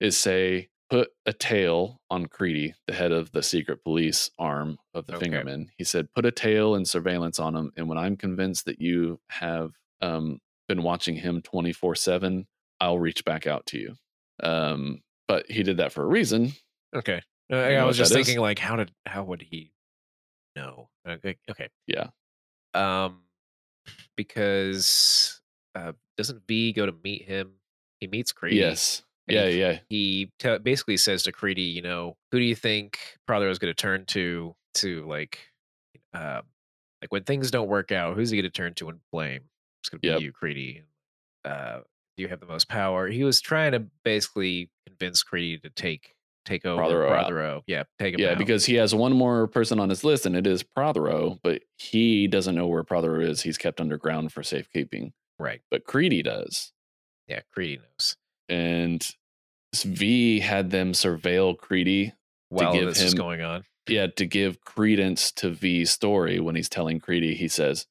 S2: is say, put a tail on Creedy, the head of the secret police arm of the
S3: Okay.
S2: Fingermen. He said, put a tail and surveillance on him. And when I'm convinced that you have um, been watching him 24 7, I'll reach back out to you. Um, but he did that for a reason.
S3: Okay, Uh,
S2: know
S3: I
S2: what
S3: was just
S2: that is?
S3: thinking, like, how did how would he know? Uh, Okay, okay.
S2: Yeah.
S3: Um, because uh, doesn't V go to meet him? He meets Creedy.
S2: Yes.
S3: And
S2: Yeah,
S3: he-
S2: yeah.
S3: He te- basically says to Creedy, you know, who do you think Prothero is going to turn to to like, uh, like when things don't work out, who's he going to turn to and blame? It's going to be
S2: Yep.
S3: you, Creedy. Uh, you have the most power. He was trying to basically convince Creedy to take take over
S2: Prothero out.
S3: Prothero. Yeah, take him
S2: Yeah,
S3: out.
S2: because he has one more person on his list, and it is Prothero, but he doesn't know where Prothero is. He's kept underground for safekeeping,
S3: right,
S2: but Creedy does.
S3: yeah, Creedy knows.
S2: And V had them surveil Creedy.
S3: While
S2: give
S3: this is
S2: him-
S3: going on,
S2: Yeah, to give credence to V's story when he's telling Creedy, he says,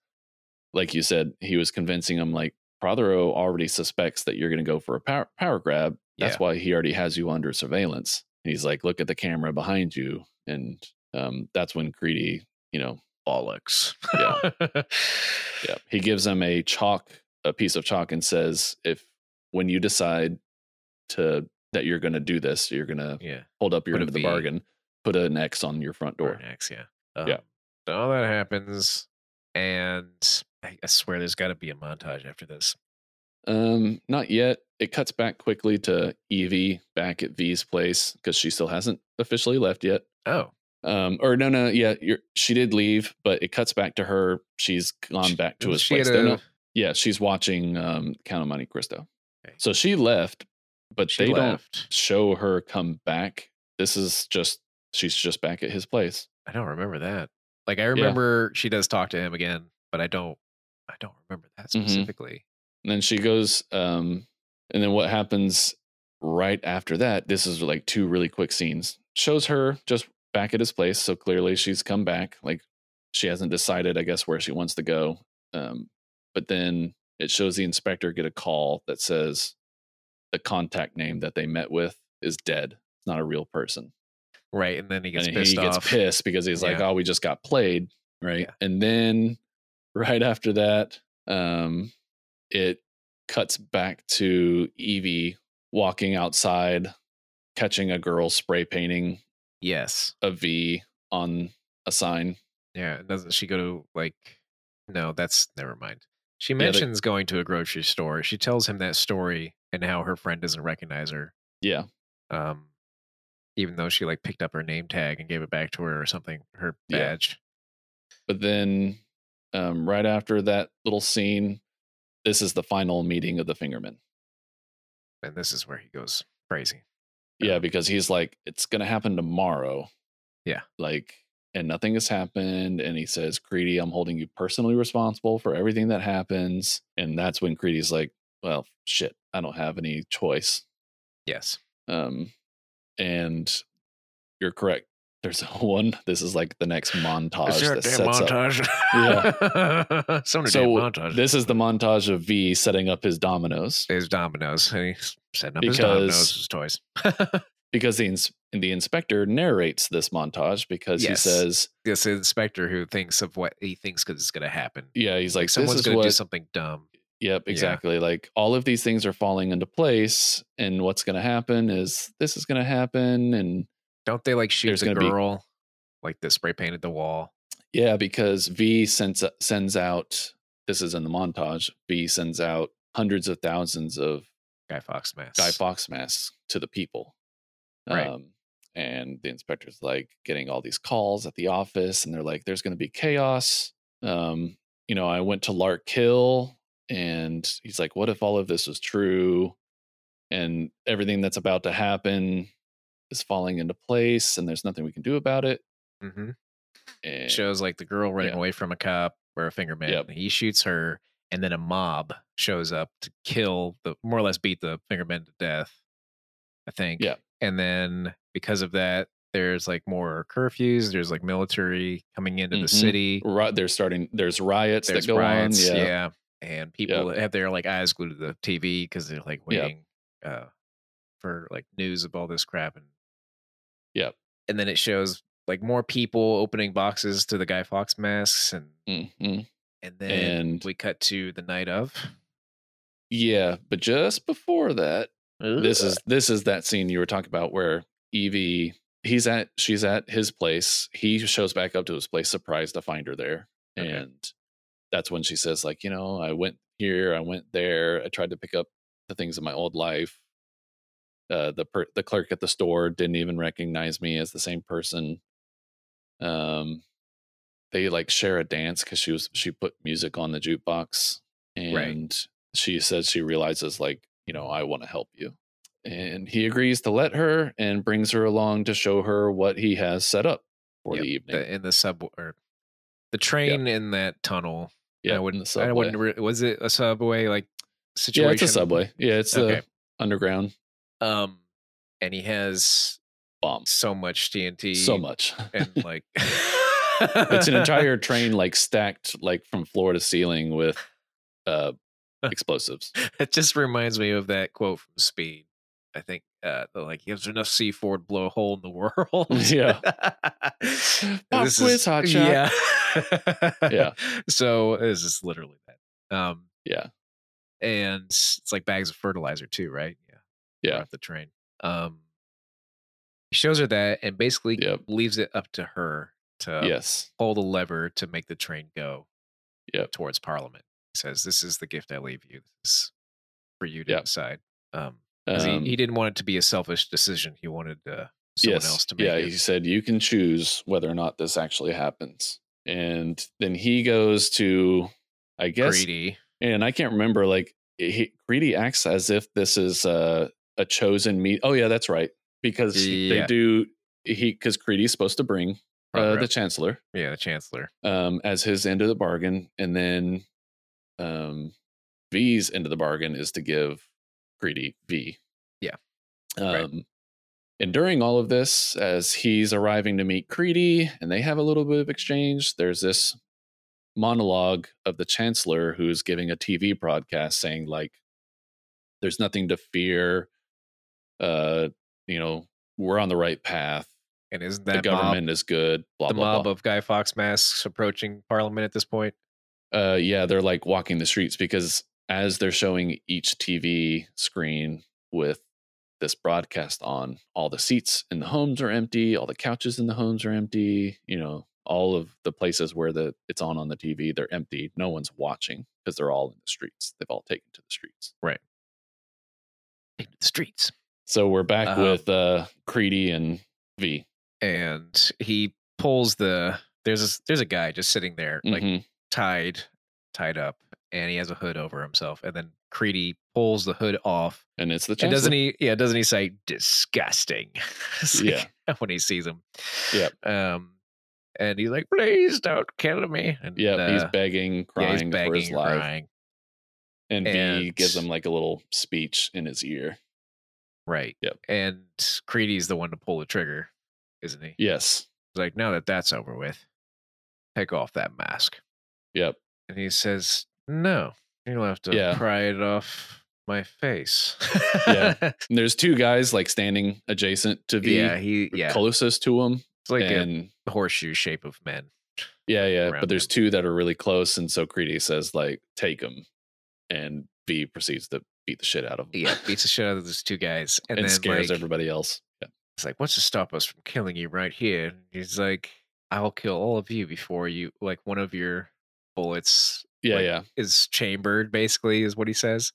S2: like you said, he was convincing him, like, Prothero already suspects that you're going to go for a power, power grab. That's
S3: Yeah.
S2: why he already has you under surveillance. And he's like, look at the camera behind you. And um, that's when Creedy, you know,
S3: bollocks. yeah.
S2: Yeah. He gives him a chalk, a piece of chalk, and says, if when you decide to that you're going to do this, you're going to
S3: Yeah.
S2: hold up your
S3: Put a
S2: end of the
S3: V.
S2: bargain, put an X on your front door.
S3: Or an axe, yeah. Um,
S2: Yeah.
S3: So all that happens, and I, I swear there's got to be a montage after this.
S2: Um, not yet. It cuts back quickly to Evie back at V's place because she still hasn't officially left yet.
S3: Oh,
S2: Um, or no, no, yeah, you're, she did leave, but it cuts back to her. She's gone
S3: She-
S2: back to
S3: and
S2: his
S3: she
S2: place.
S3: had
S2: They're
S3: a-
S2: not- yeah, she's watching um, Count of Monte Cristo.
S3: Okay.
S2: So she left, but
S3: she
S2: they don't
S3: left.
S2: show her come back. This is just she's just back at his place.
S3: I don't remember that. Like I remember she does talk to him again, but I don't. I don't remember that
S2: Mhm.
S3: specifically.
S2: And then she goes, um, and then what happens right after that? This is like two really quick scenes. Shows her just back at his place. So clearly she's come back. Like she hasn't decided, I guess, where she wants to go. Um, but then it shows the inspector get a call that says the contact name that they met with is dead. It's not a real person.
S3: Right, and then he gets
S2: and
S3: pissed
S2: he
S3: off.
S2: gets pissed because he's like,
S3: Yeah.
S2: "Oh, we just got played, right?"
S3: Yeah.
S2: And then right after that, um, it cuts back to Evie walking outside, catching a girl spray painting
S3: Yes.
S2: a V on a sign.
S3: Yeah. and Doesn't she go to like? No, that's never mind. She
S2: they-
S3: mentions going to a grocery store. She tells him that story and how her friend doesn't recognize her.
S2: Yeah,
S3: um, even though she like picked up her name tag and gave it back to her or something, her
S2: Yeah.
S3: badge.
S2: but then um, right after that little scene, this is the final meeting of the Fingermen.
S3: And this is where he goes crazy.
S2: Yeah, because he's like, it's gonna happen tomorrow.
S3: Yeah.
S2: Like, and nothing has happened. And he says, Creedy, I'm holding you personally responsible for everything that happens. And that's when Creedy's like, Well, shit, I don't have any choice.
S3: Yes.
S2: Um, and you're correct. There's one. This is like the next montage that sets up.
S3: Yeah. Some
S2: So
S3: so montage.
S2: This is the montage of V setting up his dominoes
S3: is dominoes. And he's setting up his
S2: Because-
S3: dominoes, his toys.
S2: because the ins- the inspector narrates this montage because
S3: Yes.
S2: he says,
S3: this inspector who thinks of what he thinks 'cause it's going to happen.
S2: "Yeah, he's
S3: Like,
S2: like, this
S3: someone's
S2: is
S3: going to do
S2: what
S3: something dumb.
S2: Yep,
S3: Yeah.
S2: exactly. Like all of these things are falling into place, and what's going to happen is this is going to happen, and
S3: Don't they like shoot
S2: There's
S3: the
S2: gonna be-
S3: girl? Like the spray painted the wall.
S2: yeah, because V sends uh, sends out. This is in the montage. V sends out hundreds of thousands of
S3: Guy Fox mask.
S2: Guy Fox masks to the people. um,
S3: Right.
S2: and the inspector's like getting all these calls at the office, and they're like, there's going to be chaos. Um, you know, I went to Lark Hill, and he's like, what if all of this was true? And everything that's about to happen is falling into place, and there's nothing we can do about it.
S3: Mm-hmm.
S2: And
S3: shows like the girl running
S2: Yeah.
S3: away from a cop or a fingerman.
S2: Yep.
S3: He shoots her, and then a mob shows up to kill the more or less beat the fingerman to death. I think.
S2: Yeah.
S3: And then because of that, there's like more curfews. There's like military coming into
S2: Mhm.
S3: the city.
S2: ri- they're starting. There's riots
S3: There's
S2: that go
S3: riots.
S2: on.
S3: Yeah.
S2: Yeah.
S3: And people have their like eyes glued to the TV because they're like waiting uh, for like news of all this crap. And
S2: Yep.
S3: And then it shows like more people opening boxes to the Guy Fox masks and
S2: Mhm.
S3: and then
S2: And-
S3: we cut to the night of.
S2: Yeah, but just before that, this
S3: Ugh.
S2: is this is that scene you were talking about where Evie he's at she's at his place. He shows back up to his place surprised to find her there.
S3: Okay.
S2: And that's when she says like you know i went here i went there i tried to pick up the things of my old life uh, the per- the clerk at the store didn't even recognize me as the same person um they like share a dance because she was she put music on the jukebox and
S3: Right.
S2: she says she realizes like you know i want to help you and he agrees to let her and brings her along to show her what he has set up for
S3: Yep,
S2: the evening
S3: in the sub or the train in that tunnel.
S2: yeah
S3: I
S2: in
S3: wouldn't.
S2: the subway.
S3: I wouldn't. Re- was it a subway like situation?
S2: yeah it's a subway yeah it's the
S3: Okay.
S2: underground
S3: Um, and he has
S2: bombs
S3: so much TNT.
S2: so much
S3: and like
S2: it's an entire train like stacked like from floor to ceiling with uh explosives
S3: It just reminds me of that quote from Speed. I think uh, the, like there's enough C4 to blow a hole in the world.
S2: Yeah. Pop
S3: This
S2: quiz, hot shot.
S3: Yeah.
S2: Yeah.
S3: So this is literally that. Um,
S2: yeah
S3: and it's like bags of fertilizer too, right? Yeah.
S2: Yeah.
S3: Off the train. Um, he shows her that and basically
S2: Yep.
S3: leaves it up to her to
S2: yes
S3: pull the lever to make the train go
S2: Yep.
S3: towards Parliament. He says, This is the gift I leave you. This is for you to
S2: Yep.
S3: decide. Um, 'cause
S2: Um,
S3: he, he didn't want it to be a selfish decision. He wanted uh, someone else to make
S2: yeah,
S3: it.
S2: he said you can choose whether or not this actually happens. And then he goes to, I guess,
S3: greedy.
S2: and I can't remember. Like he, Greedy acts as if this is uh, a chosen meet. Oh yeah, that's right, because he-
S3: Yeah.
S2: they do he because Creedy's supposed to bring uh, the
S3: runner-up.
S2: Chancellor
S3: yeah, the Chancellor.
S2: um, as his end of the bargain, and then um, V's end of the bargain is to give Greedy V.
S3: Yeah.
S2: Um,
S3: Right.
S2: And during all of this, as he's arriving to meet Creedy, and they have a little bit of exchange, there's this monologue of the Chancellor who's giving a TV broadcast saying like, "There's nothing to fear. Uh, you know, we're on the right path.
S3: And isn't
S2: The
S3: that
S2: government
S3: mob,
S2: is good." Blah
S3: the
S2: blah blah.
S3: mob of Guy Fox masks approaching Parliament at this point?
S2: uh yeah they're like walking the streets because as they're showing each tv screen with this broadcast on all the seats in the homes are empty all the couches in the homes are empty you know all of the places where the it's on on the tv they're empty no one's watching because they're all in the streets they've all taken to the streets
S3: Into the streets.
S2: so we're back
S3: Uh-huh.
S2: with uh creedy and v
S3: And he pulls the. There's a, there's a guy just sitting there, like
S2: Mhm.
S3: tied tied up and he has a hood over himself and then creedy pulls the hood off
S2: and it's the
S3: and
S2: Chancellor.
S3: doesn't he yeah doesn't he say disgusting It's like, when he sees him
S2: Yep.
S3: um and he's like please don't kill me and
S2: yeah he's
S3: uh,
S2: begging
S3: yeah,
S2: crying for his life
S3: crying.
S2: and, v
S3: and-
S2: gives him like a little speech in his ear
S3: right
S2: Yep.
S3: and creedy's the one to pull the trigger isn't he
S2: yes
S3: he's like now that that's over with take off that mask
S2: yep
S3: And he says, No, you'll have to
S2: Yeah.
S3: pry it off my face.
S2: Yeah. And there's two guys like standing adjacent to V,
S3: yeah, he, yeah.
S2: closest to him,
S3: It's like
S2: and
S3: a horseshoe shape of men.
S2: yeah, yeah.
S3: around
S2: But there's
S3: him.
S2: two that are really close, and so Creedy says like, "Take him," and V proceeds to beat the shit out of him.
S3: Yeah, beats the shit out of those two guys. And,
S2: and,
S3: then,
S2: scares
S3: like,
S2: everybody else. Yeah.
S3: It's like, What's to stop us from killing you right here? And he's like, I'll kill all of you before you, like, one of your bullets
S2: Yeah,
S3: Like-
S2: yeah,
S3: is chambered, basically, is what he says.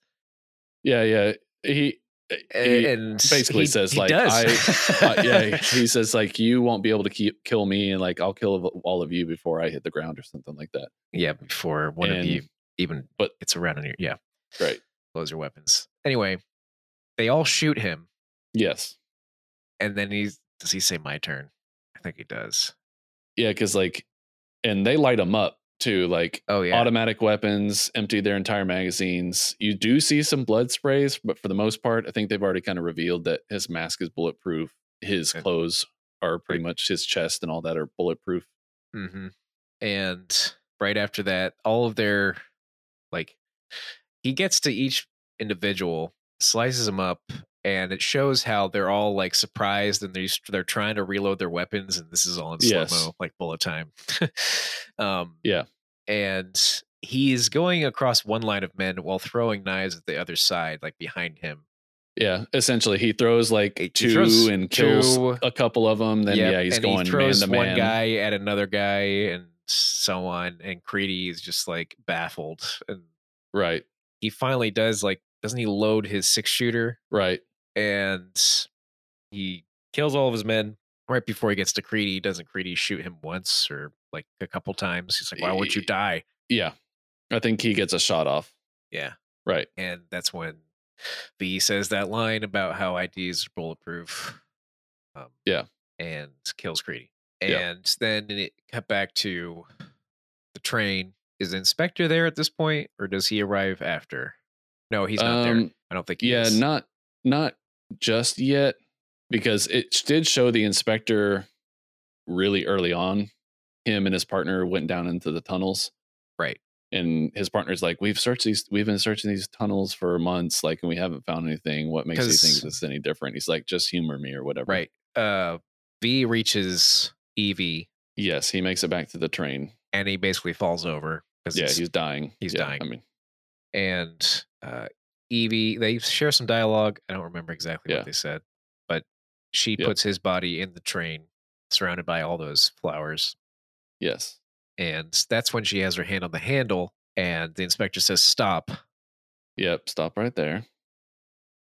S2: yeah, yeah. He, eh,
S3: A-
S2: he
S3: and
S2: basically
S3: he-
S2: says,
S3: he
S2: like,
S3: does.
S2: uh, yeah, he says like, "You won't be able to keep, kill me, and like I'll kill all of you before I hit the ground or something like that."
S3: yeah, before one of
S2: And-
S3: you even
S2: but-
S3: it's around in your, yeah.
S2: Right.
S3: Those are weapons. Anyway, they all shoot him,
S2: Yes.
S3: and then he's does he say my turn? I think he does.
S2: Yeah, because like, and they light him up too. Like
S3: Oh yeah,
S2: automatic weapons, empty their entire magazines. You do see some blood sprays, but for the most part, I think they've already kind of revealed that his mask is bulletproof. His
S3: Okay.
S2: clothes are pretty much his chest and all that are bulletproof.
S3: hmm and right after that, all of their like he gets to each individual, slices them up, and it shows how they're all like surprised and they're they're trying to reload their weapons, and this is all in
S2: Yes.
S3: slow mo, like bullet time. um,
S2: Yeah.
S3: and he's going across one line of men while throwing knives at the other side, like behind him.
S2: Yeah, essentially, he throws like
S3: He
S2: two
S3: throws
S2: and kills
S3: two.
S2: a couple of them. Then
S3: Yep,
S2: yeah, he's
S3: and
S2: going
S3: he
S2: man
S3: throws
S2: to
S3: one
S2: man.
S3: guy at another guy, and so on. And Creedy is just like baffled. And
S2: Right.
S3: he finally does like, doesn't he load his six shooter
S2: Right.
S3: and he kills all of his men right before he gets to Creedy. Doesn't Creedy shoot him once or like a couple times? He's like, why won't you
S2: Eh.
S3: die?
S2: Yeah. I think he gets a shot off.
S3: Yeah.
S2: Right.
S3: And that's when V says that line about how IDs are bulletproof. Um,
S2: Yeah.
S3: And kills Creedy.
S2: Yeah.
S3: And then it cut back to the train. Is the inspector there at this point or does he arrive after? No, he's not there.
S2: Um,
S3: I don't think he
S2: Yeah,
S3: is.
S2: not not just yet because it sh- did show the inspector really early on. Him and his partner went down into the tunnels.
S3: Right.
S2: And his partner's like, "We've searched these we've been searching these tunnels for months like and we haven't found anything. What makes you think
S3: 'Cause-
S2: this is any different?" He's like, "Just humor me or whatever."
S3: Right. Uh, V reaches Evie
S2: Yes, he makes it back to the train.
S3: and he basically falls over because
S2: Yeah, he's dying.
S3: he's
S2: Yeah,
S3: dying.
S2: I mean,
S3: and uh, Evie they share some dialogue. I don't remember exactly
S2: Yeah.
S3: what they said, but she
S2: Yep.
S3: puts his body in the train, surrounded by all those flowers,
S2: yes.
S3: and that's when she has her hand on the handle, and the inspector says stop,
S2: Yep, stop right there.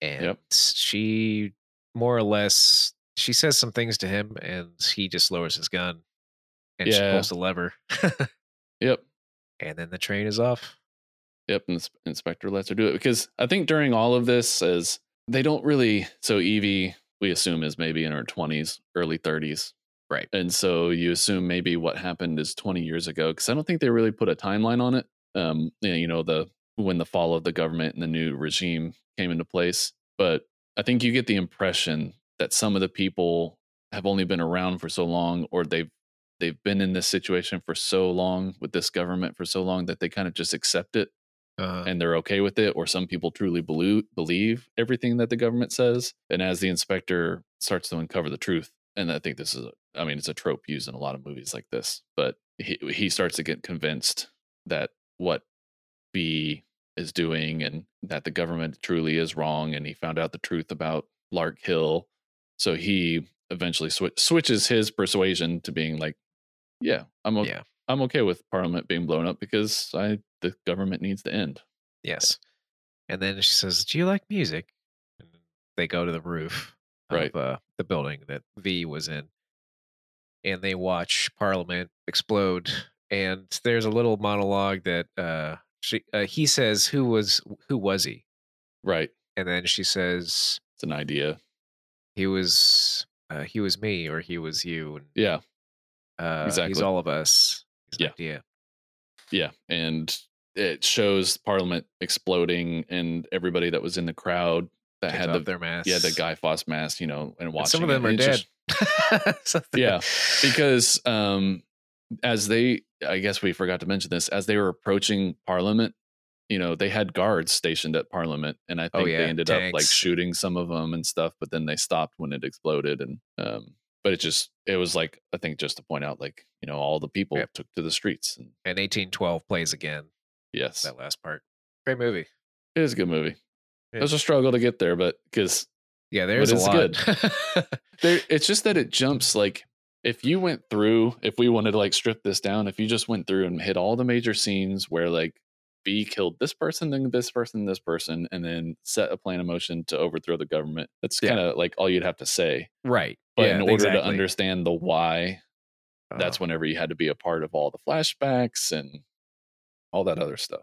S3: and she more or less she says some things to him, and he just lowers his gun, and she
S2: Yeah.
S3: pulls the lever,
S2: Yep.
S3: and then the train is off.
S2: Yep, and the ins- inspector lets her do it because I think during all of this is they don't really so Evie we assume is maybe in her 20s, early 30s.
S3: Right.
S2: And so you assume maybe what happened is 20 years ago cuz I don't think they really put a timeline on it. Um yeah, you know the when the fall of the government and the new regime came into place, but I think you get the impression that some of the people have only been around for so long or they've they've been in this situation for so long with this government for so long that they kind of just accept it
S3: Uh,
S2: and they're okay with it, or some people truly belu- believe everything that the government says. And as the inspector starts to uncover the truth, and I think this is, a, I mean, it's a trope used in a lot of movies like this, but he, he starts to get convinced that what B is doing and that the government truly is wrong. And he found out the truth about Lark Hill. So he eventually swi- switches his persuasion to being like, yeah, I'm okay.
S3: Yeah.
S2: I'm okay with Parliament being blown up because I the government needs to end.
S3: Yes. And then she says, Do you like music? And they go to the roof
S2: Right.
S3: of uh, the building that V was in. And they watch Parliament explode. And there's a little monologue that uh, she, uh, he says, "Who was who was he?"
S2: Right.
S3: And then she says,
S2: It's an idea.
S3: "He was uh, he was me, or he was you, and
S2: Yeah.
S3: uh, he's
S2: exactly.
S3: all of us." He's an
S2: Yeah.
S3: idea.
S2: Yeah. And it shows Parliament exploding and everybody that was in the crowd that
S3: Takes
S2: had
S3: off
S2: the
S3: their mask.
S2: yeah the Guy Foss mask, you know, and
S3: And
S2: watching.
S3: some of
S2: it.
S3: them are
S2: And it's
S3: dead.
S2: just-
S3: So
S2: Yeah,
S3: the-
S2: because um, as they, I guess we forgot to mention this, as they were approaching Parliament, you know, they had guards stationed at Parliament, and I
S3: Oh,
S2: think
S3: yeah,
S2: they ended up like
S3: tanks.
S2: shooting some of them and stuff, but then they stopped when it exploded, and um, but it just it was like I think just to point out like you know all the people
S3: Yep.
S2: took to the streets, and
S3: and 1812 plays again.
S2: yes,
S3: that last part. Great movie.
S2: it was a good movie.
S3: Yeah.
S2: It was a struggle to get there, but because
S3: Yeah, there's a
S2: it's
S3: lot.
S2: good. there it's just that it jumps like if you went through if we wanted to like strip this down if you just went through and hit all the major scenes where like b killed this person then this person this person and then set a plan of motion to overthrow the government that's
S3: Yeah.
S2: kind of like all you'd have to say
S3: right.
S2: but in order to understand the why
S3: uh,
S2: that's
S3: Uh-huh.
S2: whenever you had to be a part of all the flashbacks and all that other stuff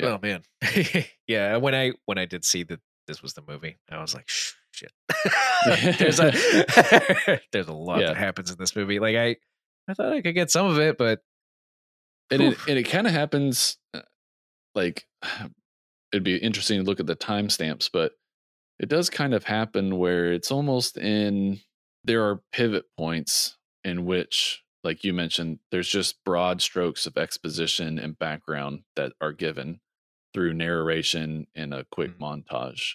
S2: yeah.
S3: Oh man. yeah, when I when I did see that this was the movie, I was like, "Sh- shit. there's a there's a lot
S2: Yeah.
S3: that happens in this movie. Like I I thought I could get some of it, but
S2: and it,
S3: Oof.
S2: and it kind of happens uh, like it'd be interesting to look at the timestamps but it does kind of happen where it's almost in there are pivot points in which like you mentioned there's just broad strokes of exposition and background that are given through narration in a quick
S3: Mm-hmm.
S2: montage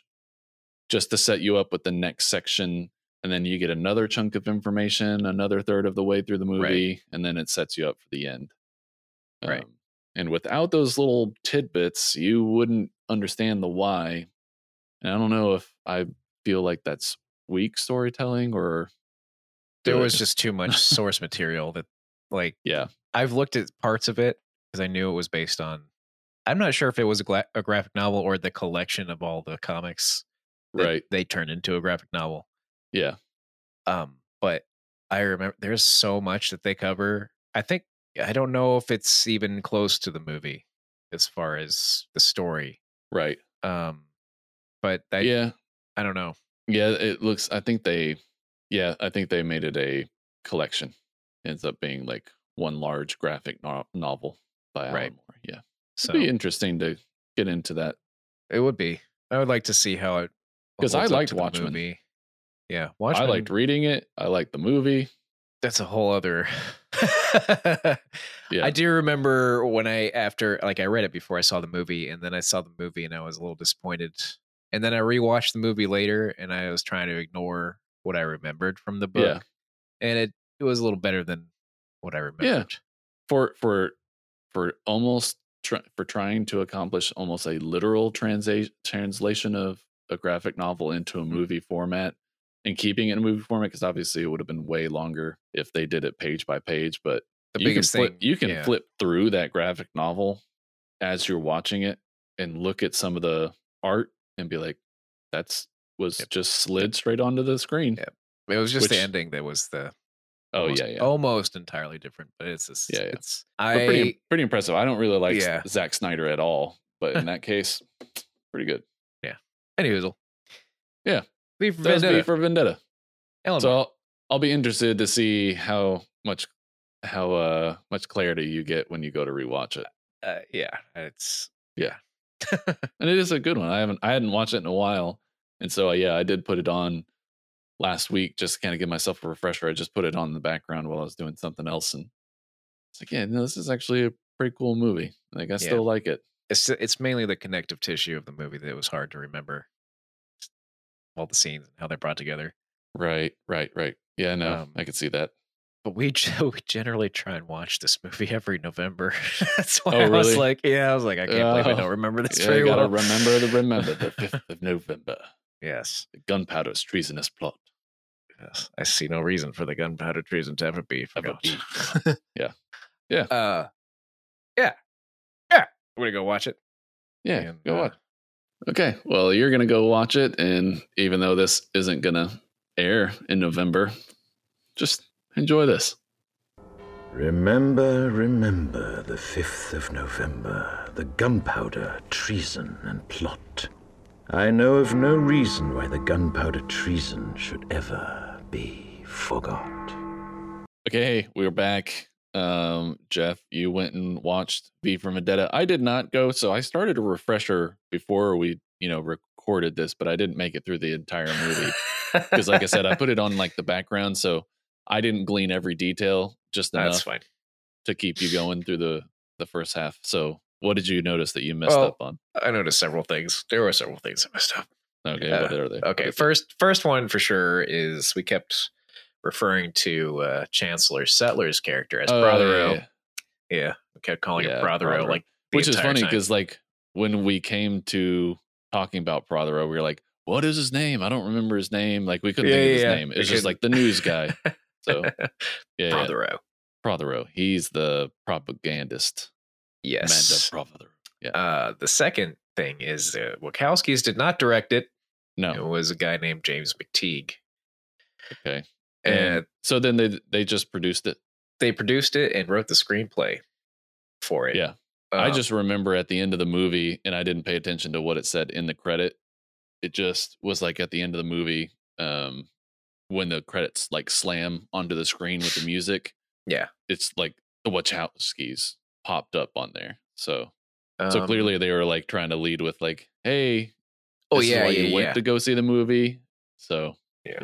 S2: just to set you up with the next section and then you get another chunk of information another third of the way through the movie and then it sets you up for the end
S3: Right.
S2: Um, and without those little tidbits you wouldn't understand the why and i don't know if i feel like that's weak storytelling or
S3: there
S2: Good.
S3: was just too much source material that like
S2: Yeah.
S3: I've looked at parts of it because I knew it was based on. I'm not sure if it was a, gla- a graphic novel or the collection of all the comics that
S2: Right.
S3: they turned into a graphic novel.
S2: Yeah.
S3: Um, but I remember there's so much that they cover. I think I don't know if it's even close to the movie as far as the story.
S2: Right.
S3: Um, but I,
S2: yeah.
S3: I don't know.
S2: Yeah. It looks, I think they, yeah, I think they made it a collection. ends up being like one large graphic no- novel by Alan
S3: Right.
S2: Moore. Yeah.
S3: So
S2: It'd be interesting to get into that.
S3: it would be. I would like to see how it
S2: 'Cause I
S3: holds up
S2: liked
S3: to the
S2: Watchmen.
S3: movie. Yeah, Watchmen.
S2: I liked reading it. I liked the movie.
S3: that's a whole other
S2: Yeah.
S3: I do remember when I after like I read it before I saw the movie and then I saw the movie and I was a little disappointed. And then I rewatched the movie later and I was trying to ignore what I remembered from the book.
S2: Yeah.
S3: And it, it was a little better than what I remembered.
S2: for for for almost try, for trying to accomplish almost a literal transa- translation of a graphic novel into
S3: Mm-hmm.
S2: a movie format and keeping it in a movie format because obviously it would have been way longer if they did it page by page but
S3: The
S2: you
S3: biggest
S2: can flip,
S3: thing
S2: you can
S3: yeah.
S2: flip through that graphic novel as you're watching it and look at some of the art and be like that's was
S3: Yep.
S2: just slid straight onto the screen
S3: Yep. It was just
S2: which-
S3: the ending that was the
S2: oh
S3: almost,
S2: yeah yeah
S3: almost entirely different, but it's just
S2: Yeah, yeah.
S3: it's
S2: But
S3: I
S2: pretty pretty impressive. I don't really like
S3: Yeah.
S2: S- Zack Snyder at all, but in that case, pretty good.
S3: anyways.
S2: Yeah.
S3: V for
S2: That's V
S3: Vendetta.
S2: for Vendetta.
S3: Ellen
S2: So I'll, I'll be interested to see how much how uh much clarity you get when you go to rewatch it.
S3: uh, yeah, it's
S2: And it is a good one. I haven't I hadn't watched it in a while, and so uh, yeah, I did put it on last week just to kind of give myself a refresher. I just put it on in the background while I was doing something else, and it's like yeah, no, this is actually a pretty cool movie. Like I still like it.
S3: it's it's mainly the connective tissue of the movie that was hard to remember. All the scenes and how they're brought together.
S2: Right, right, right. Yeah, no,
S3: Um,
S2: I could see that.
S3: But we ge- we generally try and watch this movie every November. That's why
S2: Oh,
S3: I was
S2: really?
S3: like, yeah, I was like, I can't believe
S2: Oh.
S3: I don't remember this
S2: Yeah,
S3: very
S2: you gotta
S3: well.
S2: remember to remember the 5th of November.
S3: yes,
S2: The gunpowder's treasonous plot.
S3: yes, I see no reason for the gunpowder treason to ever be
S2: Ever
S3: forgot.
S2: be.
S3: uh, yeah, yeah. I'm gonna go watch it.
S2: Yeah,
S3: and,
S2: go
S3: uh,
S2: watch. Okay, well, you're gonna go watch it, and even though this isn't gonna air in November, just enjoy this.
S4: Remember, remember the 5th of November, the gunpowder, treason, and plot. I know of no reason why the gunpowder treason should ever be forgot.
S2: Okay, we're back. Um, Jeff, you went and watched V for Vendetta. I did not go, so I started a refresher before we, you know, recorded this, but I didn't make it through the entire movie. because like i said i put it on like the background so i didn't glean every detail just enough
S3: that's fine.
S2: to keep you going through the the first half so what did you notice that you messed
S3: Well,
S2: up on
S3: I noticed several things. There were several things I messed up.
S2: uh, okay
S3: yeah,
S2: what are they
S3: Okay, first first one for sure is we kept referring to uh, Chancellor Settler's character as
S2: Oh,
S3: Brothero.
S2: yeah,
S3: Yeah,
S2: yeah.
S3: we kept calling
S2: Yeah,
S3: him Brothero,
S2: Brothero.
S3: like the
S2: which is
S3: entire
S2: funny
S3: time.
S2: because like when we came to talking about Prothero, we were like what is his name i don't remember his name like we couldn't
S3: Yeah,
S2: think of his
S3: yeah, yeah.
S2: name
S3: We
S2: it's just
S3: couldn't.
S2: like the news guy so yeah, yeah.
S3: Brothero,
S2: Prothero. he's the propagandist
S3: yes.
S2: Amanda Prothero. yeah
S3: Uh, the second thing is uh, Wachowskis did not direct it. It
S2: no
S3: was a guy named James McTeague.
S2: okay
S3: And
S2: and so then they they just produced it
S3: they produced it and wrote the screenplay for it.
S2: Yeah. I
S3: Um,
S2: just remember at the end of the movie, and I didn't pay attention to what it said in the credit. It just was like at the end of the movie, um, when the credits like slam onto the screen with the music.
S3: Yeah.
S2: it's like the Wachowskis popped up on there. So, so
S3: um,
S2: clearly they were like trying to lead with like, "Hey,
S3: Oh
S2: this is
S3: yeah,
S2: why
S3: yeah,
S2: you went
S3: yeah.
S2: to go see the movie." So,
S3: Yeah.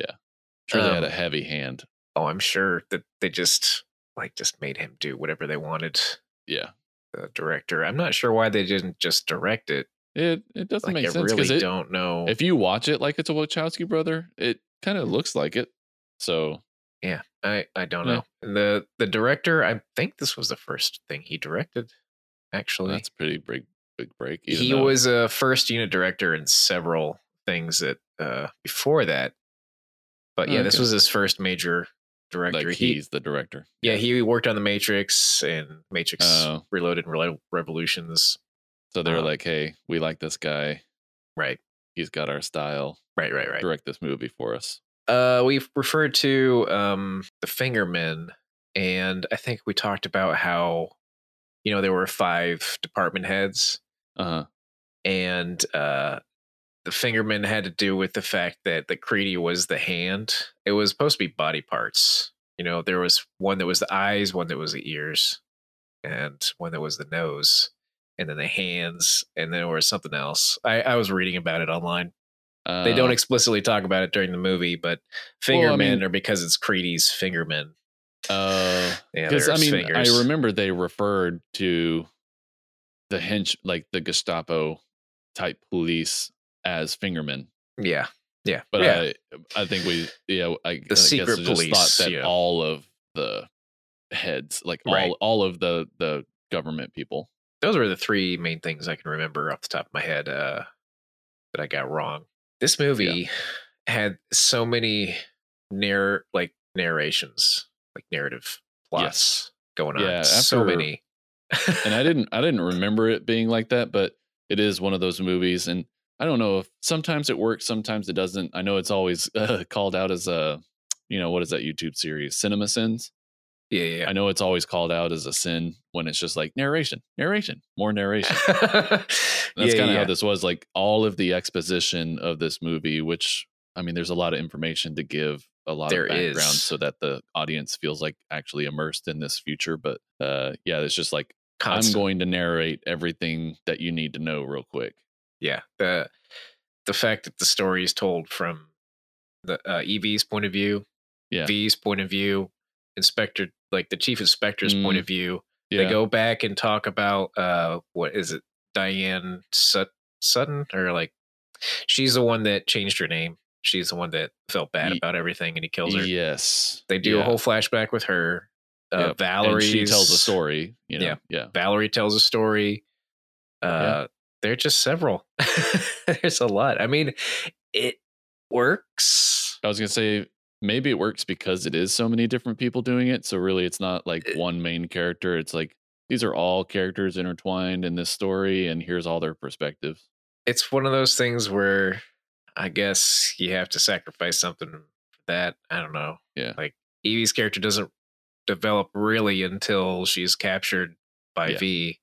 S2: sure they had a
S3: Um,
S2: heavy hand.
S3: oh, I'm sure that they just like just made him do whatever they wanted.
S2: Yeah,
S3: the director. I'm not sure why they didn't just direct it.
S2: it it doesn't
S3: Like,
S2: make
S3: I
S2: sense because
S3: really
S2: it,
S3: don't know.
S2: if you watch it like it's a Wachowski brother, it kind
S3: Mm-hmm.
S2: of looks like it. So
S3: yeah, I, I don't
S2: Yeah.
S3: know. The the director, I think this was the first thing he directed. Actually,
S2: that's a pretty big big break. even
S3: he
S2: though-
S3: was a first unit director in several things that uh, before that. But yeah, this
S2: Oh, Okay.
S3: was his first major director.
S2: Like
S3: he,
S2: he's the director.
S3: yeah, he worked on the Matrix and Matrix
S2: Oh.
S3: Reloaded and Relo- Revolutions.
S2: So they're
S3: Uh,
S2: like, hey, we like this guy.
S3: Right,
S2: He's got our style.
S3: right, right, right.
S2: Direct this movie for us.
S3: Uh, we referred to um, the Fingermen, and I think we talked about how, you know, there were five department heads,
S2: Uh huh.
S3: and uh, the Fingermen had to do with the fact that the Creedy was the hand. It was supposed to be body parts. You know, there was one that was the eyes, one that was the ears, and one that was the nose, and then the hands, and then there was something else. I, I was reading about it online
S2: Uh,
S3: they don't explicitly talk about it during the movie, but
S2: Well, I
S3: fingermen
S2: mean-
S3: are because it's Creedy's fingermen.
S2: Uh,
S3: Yeah,
S2: because I
S3: there's
S2: mean,
S3: fingers.
S2: I remember they referred to the hench, like the Gestapo type police, as fingermen.
S3: Yeah, yeah,
S2: But uh,
S3: yeah.
S2: I, I think we, yeah, I, I
S3: secret
S2: guess I just
S3: police,
S2: thought that
S3: yeah.
S2: all of the heads, like
S3: Right.
S2: all, all of the the government people.
S3: Those were the three main things I can remember off the top of my head uh, that I got wrong. This movie had so many narr like narrations, like narrative plots going on.
S2: Yeah,
S3: so
S2: after-
S3: many.
S2: And I didn't, I didn't remember it being like that, but it is one of those movies, and I don't know if sometimes it works, sometimes it doesn't. I know it's always uh, called out as a, you know, what is that YouTube series, Cinema Sins?
S3: yeah, yeah.
S2: I know it's always called out as a sin when it's just like narration, narration, more narration.
S3: yeah.
S2: That's
S3: yeah,
S2: kind of
S3: yeah.
S2: how this was. Like all of the exposition of this movie, which I mean, there's a lot of information to give, a lot
S3: There
S2: of background,
S3: is.
S2: so that the audience feels like actually immersed in this future. But uh, yeah, it's just like
S3: Constant.
S2: I'm going to narrate everything that you need to know real quick.
S3: yeah the the fact that the story is told from the uh, ev's point of view
S2: Yeah.
S3: v's point of view inspector like the chief inspector's point
S2: Mm,
S3: of view
S2: Yeah,
S3: they go back and talk about uh what is it diane Sut- sutton or like she's the one that changed her name she's the one that felt bad
S2: Ye-
S3: about everything and he kills her
S2: yes,
S3: they do
S2: yeah.
S3: a whole flashback with her
S2: Yep.
S3: uh,
S2: And
S3: valerie
S2: She tells a story. You know?
S3: Yeah.
S2: yeah,
S3: Valerie tells a story. Uh, There are just several. There's a lot. I mean, it works.
S2: I was gonna say maybe it works because it is so many different people doing it. So really, it's not like
S3: Uh,
S2: one main character. It's like these are all characters intertwined in this story, and here's all their perspectives.
S3: It's one of those things where I guess you have to sacrifice something for that. I don't know.
S2: Yeah.
S3: Like Evie's character doesn't develop really until she's captured by
S2: Yeah.
S3: V.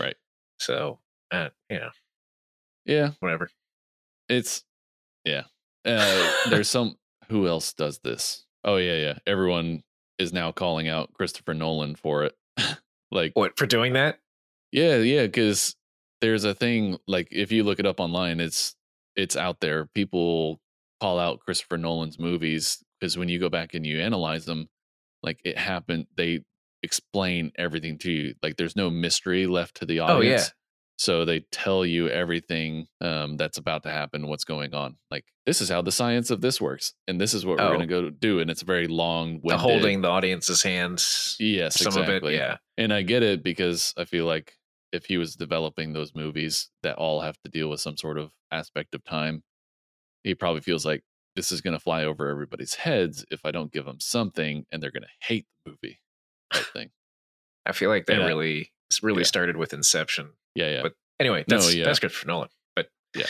S2: Right.
S3: So, uh, you know,
S2: Yeah,
S3: whatever.
S2: it's yeah. Uh, there's some who else does this? Oh yeah, yeah. Everyone is now calling out Christopher Nolan for it. like
S3: What for doing that?
S2: Yeah, yeah, because there's a thing like if you look it up online, it's it's out there. People call out Christopher Nolan's movies because when you go back and you analyze them, like it happened, they explain everything to you. Like there's no mystery left to the
S3: Oh, yeah.
S2: audience. So they tell you everything um, that's about to happen, what's going on. Like this is how the science of this works, and this is what
S3: Oh.
S2: we're gonna go do. And it's very long.
S3: The holding the audience's hands.
S2: Yes,
S3: some
S2: exactly.
S3: of it. Yeah.
S2: And I get it because I feel like if he was developing those movies that all have to deal with some sort of aspect of time, he probably feels like this is going to fly over everybody's heads if I don't give them something and they're going to hate the movie type thing.
S3: I feel like that
S2: And I-
S3: really, it's really
S2: yeah.
S3: started with Inception.
S2: Yeah, yeah.
S3: But anyway,
S2: No,
S3: that's
S2: yeah.
S3: that's good for Nolan. But
S2: Yeah.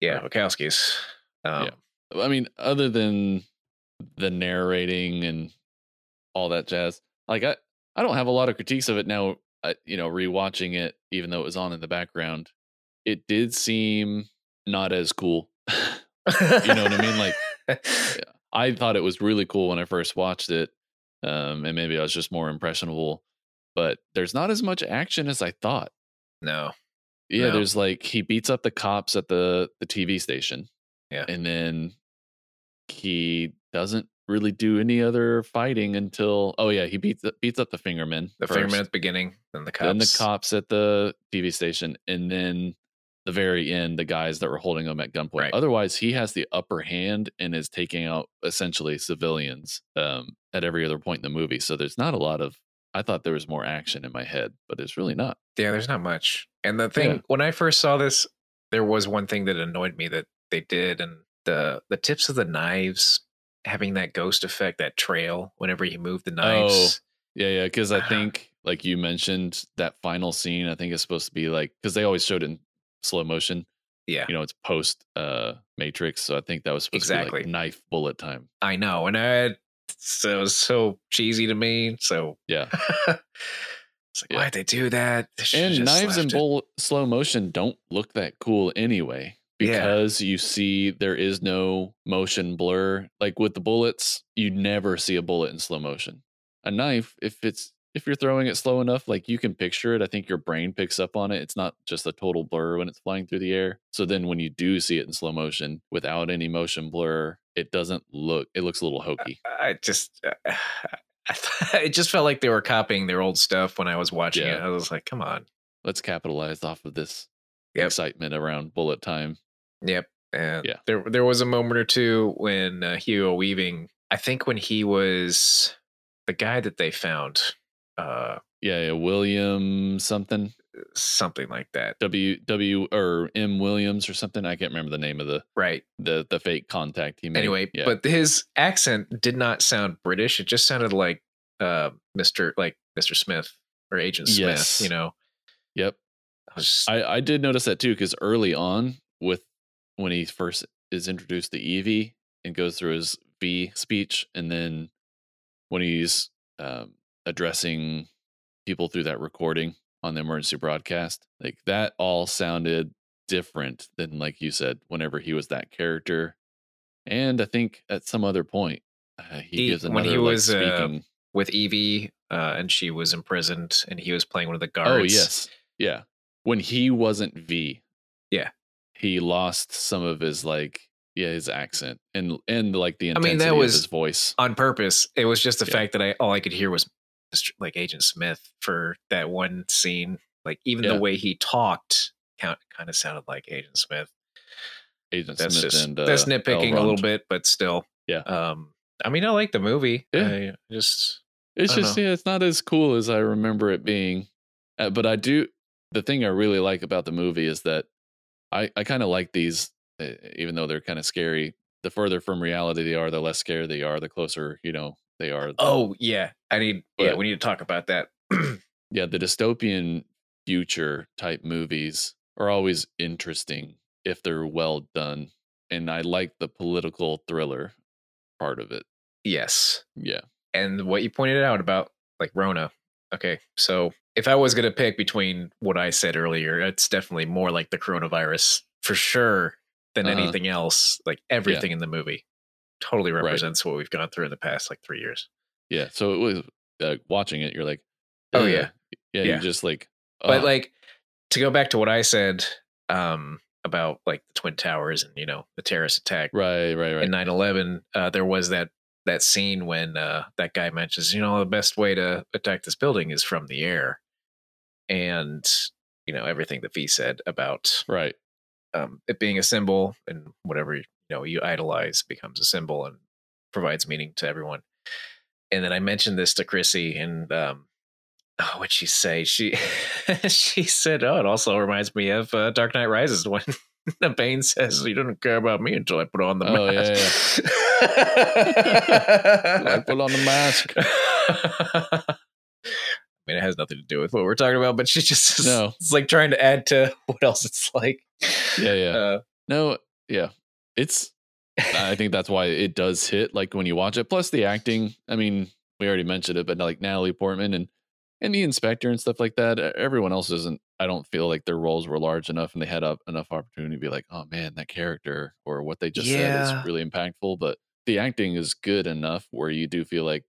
S3: yeah, Wachowski's. Um,
S2: I mean, other than the narrating and all that jazz, like I, I don't have a lot of critiques of it now. I, you know, rewatching it, even though it was on in the background, it did seem not as cool. You know what I mean? Like I thought it was really cool when I first watched it, um, and maybe I was just more impressionable. But there's not as much action as I thought.
S3: no,
S2: Yeah,
S3: No.
S2: there's like he beats up the cops at the the TV station.
S3: Yeah.
S2: And then he doesn't really do any other fighting until oh yeah, he beats up- beats up the fingerman.
S3: the
S2: first,
S3: Fingerman at the beginning, then the cops.
S2: Then the cops at the TV station and then the very end the guys that were holding him at gunpoint.
S3: Right.
S2: Otherwise, he has the upper hand and is taking out essentially civilians um at every other point in the movie. So there's not a lot of I thought there was more action in my head, but there's really not.
S3: Yeah, there's not much. And the thing
S2: Yeah.
S3: when I first saw this, there was one thing that annoyed me that they did, and the the tips of the knives having that ghost effect, that trail whenever he moved the
S2: Oh.
S3: knives.
S2: Yeah, yeah, because I think like you mentioned that final scene, I think is supposed to be like because they always showed it in slow motion.
S3: Yeah.
S2: You know, it's post uh Matrix, so I think that was supposed
S3: Exactly.
S2: to be like knife bullet time.
S3: I know, and I so it was so cheesy to me. So
S2: Yeah.
S3: it's like
S2: Yeah.
S3: why'd they do that? They should've
S2: And
S3: just
S2: knives in
S3: left it.
S2: bullet slow motion don't look that cool anyway
S3: Yeah.
S2: because you see there is no motion blur. Like with the bullets, you never see a bullet in slow motion. A knife, if it's if you're throwing it slow enough, like you can picture it. I think your brain picks up on it. It's not just a total blur when it's flying through the air. So then when you do see it in slow motion without any motion blur, it doesn't look it looks a
S3: Uh.
S2: little hokey.
S3: I just uh, I thought, it just felt like they were copying their old stuff when I was watching it.
S2: Yeah.
S3: I was like, come on.
S2: Let's capitalize off of this
S3: Yep.
S2: excitement around bullet time.
S3: Yep. And
S2: Yeah.
S3: There there was a moment or two when uh, Hugo Weaving, I think when he was the guy that they found, uh
S2: Yeah, yeah William something.
S3: something like that.
S2: W W or M Williams or something. I can't remember the name of the
S3: Right.
S2: the the fake contact he made.
S3: Anyway,
S2: yeah.
S3: but his accent did not sound British. It just sounded like uh Mr. like Mr. Smith or Agent Smith,
S2: Yes.
S3: you know.
S2: yep,
S3: I was just-
S2: I I did notice that too because early on with when he first is introduced to Evie and goes through his V speech, and then when he's um, addressing people through that recording on the emergency broadcast, like that all sounded different than like you said whenever he was that character, and I think at some other point. Uh, he,
S3: He-
S2: gives another
S3: when he
S2: like,
S3: was, uh,
S2: speaking
S3: with Evie uh and she was imprisoned and he was playing one of the guards.
S2: Oh yes, yeah. When he wasn't V,
S3: Yeah.
S2: he lost some of his like yeah his accent and and like the
S3: I mean,
S2: intensity
S3: that was-
S2: of his voice.
S3: on purpose. It was just the
S2: Yeah.
S3: fact that I all I could hear was Mr. like Agent Smith for that one scene. Like even
S2: Yeah.
S3: the way he talked kind of sounded like Agent Smith.
S2: Agent
S3: That's
S2: Smith
S3: just
S2: and uh,
S3: that's nitpicking a
S2: Elrond.
S3: little bit, but still,
S2: Yeah.
S3: Um, I mean, I like the movie.
S2: Yeah.
S3: I just
S2: It's
S3: I don't
S2: just
S3: know.
S2: yeah, it's not as cool as I remember it being, uh, but I do. The thing I really like about the movie is that I I kind of like these, uh, even though they're kind of scary. The further from reality they are, the less scary they are. The closer you know they are.
S3: oh yeah, I need yeah,
S2: But-
S3: we need to talk about that.
S2: yeah, the dystopian future type movies are always interesting if they're well done. And I like the political thriller part of it.
S3: yes,
S2: Yeah.
S3: and what you pointed out about like Rona. Okay, so if I was gonna pick between what I said earlier, it's definitely more like the coronavirus for sure than
S2: Uh-huh.
S3: anything else. Like everything in the movie totally represents what we've gone through in the past like three years.
S2: Yeah. So it was uh, watching it, you're like,
S3: Oh,
S2: "Ugh."
S3: yeah.
S2: Yeah.
S3: Yeah.
S2: You're just like,
S3: But
S2: "Ugh."
S3: like to go back to what I said um, about like the twin towers and you know the terrorist attack,
S2: right, right, right.
S3: in 9-11 uh, there was that that scene when uh, that guy mentions you know the best way to attack this building is from the air and you know everything that v said about
S2: right.
S3: um, it being a symbol and whatever you know you idolize becomes a symbol and provides meaning to everyone and then i mentioned this to chrissy and um Oh, what'd she say? She she said, "Oh, it also reminds me of uh, Dark Knight Rises when the Bane says you don't care about me until I put on the
S2: Oh, yeah,
S3: mask."
S2: I put on the mask.
S3: I mean, it has nothing to do with what we're talking about, but she just
S2: No.
S3: it's like trying to add to what else it's like.
S2: Yeah. Yeah.
S3: Uh,
S2: no. Yeah. It's, I think that's why it does hit like when you watch it. Plus the acting. I mean, we already mentioned it, but like Natalie Portman and and the inspector and stuff like that. e- Everyone else isn't. I don't feel like their roles were large enough, and they had up enough opportunity to be like, oh man, that character or what they just said
S3: Yeah.
S2: is really impactful. But the acting is good enough where you do feel like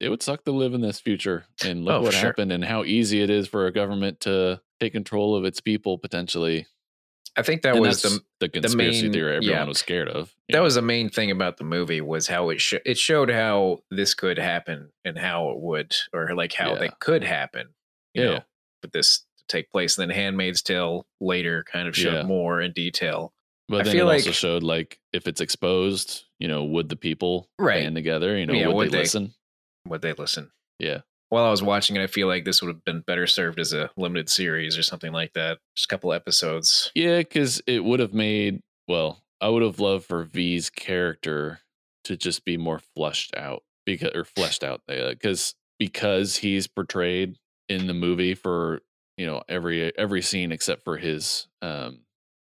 S2: it would suck to live in this future and look
S3: Oh,
S2: what
S3: sure.
S2: happened and how easy it is for a government to take control of its people potentially.
S3: I think that
S2: And
S3: was
S2: that's
S3: the
S2: the conspiracy
S3: main-
S2: theory everyone
S3: yeah.
S2: was scared of. you
S3: that
S2: know?
S3: was the main thing about the movie was how it sho- it showed how this could happen and how it would or like how
S2: Yeah.
S3: that could happen you
S2: Yeah.
S3: know but this to take place and then handmaid's tale later kind of showed
S2: Yeah.
S3: more in detail
S2: But
S3: I
S2: then
S3: feel
S2: it
S3: like-
S2: also showed like if it's exposed, you know, would the people
S3: Right.
S2: band together? You know,
S3: Yeah,
S2: would,
S3: would
S2: they,
S3: they?
S2: listen?
S3: would they listen
S2: Yeah.
S3: while i was watching it i feel like this would have been better served as a limited series or something like that just a couple episodes
S2: Yeah, because it would have made well, I would have loved for V's character to just be more fleshed out because or fleshed out because because he's portrayed in the movie for you know every every scene except for his um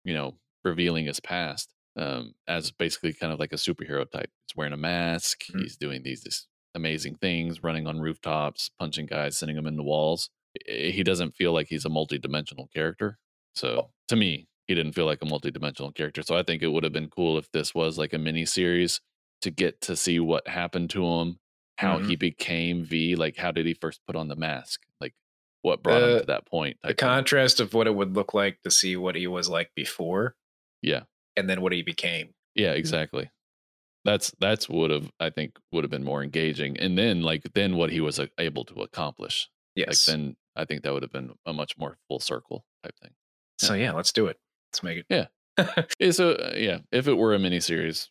S2: you know revealing his past um as basically kind of like a superhero type he's wearing a mask
S3: Mhm.
S2: he's doing these, these amazing things running on rooftops punching guys sending them into walls I- he doesn't feel like he's a multi-dimensional character so to me he didn't feel like a multi-dimensional character so i think it would have been cool if this was like a mini series to get to see what happened to him how
S3: Mhm.
S2: he became v like how did he first put on the mask like what brought him
S3: The-
S2: to that point
S3: the
S2: type thing.
S3: contrast of what it would look like to see what he was like before
S2: yeah
S3: and then what he became.
S2: Yeah, exactly. That's that's would have I think would have been more engaging, and then like then what he was uh, able to accomplish.
S3: Yes.
S2: Like then I think that would have been a much more full circle type thing.
S3: so yeah, let's do it. Let's make it.
S2: Yeah, so uh, yeah, if it were a miniseries,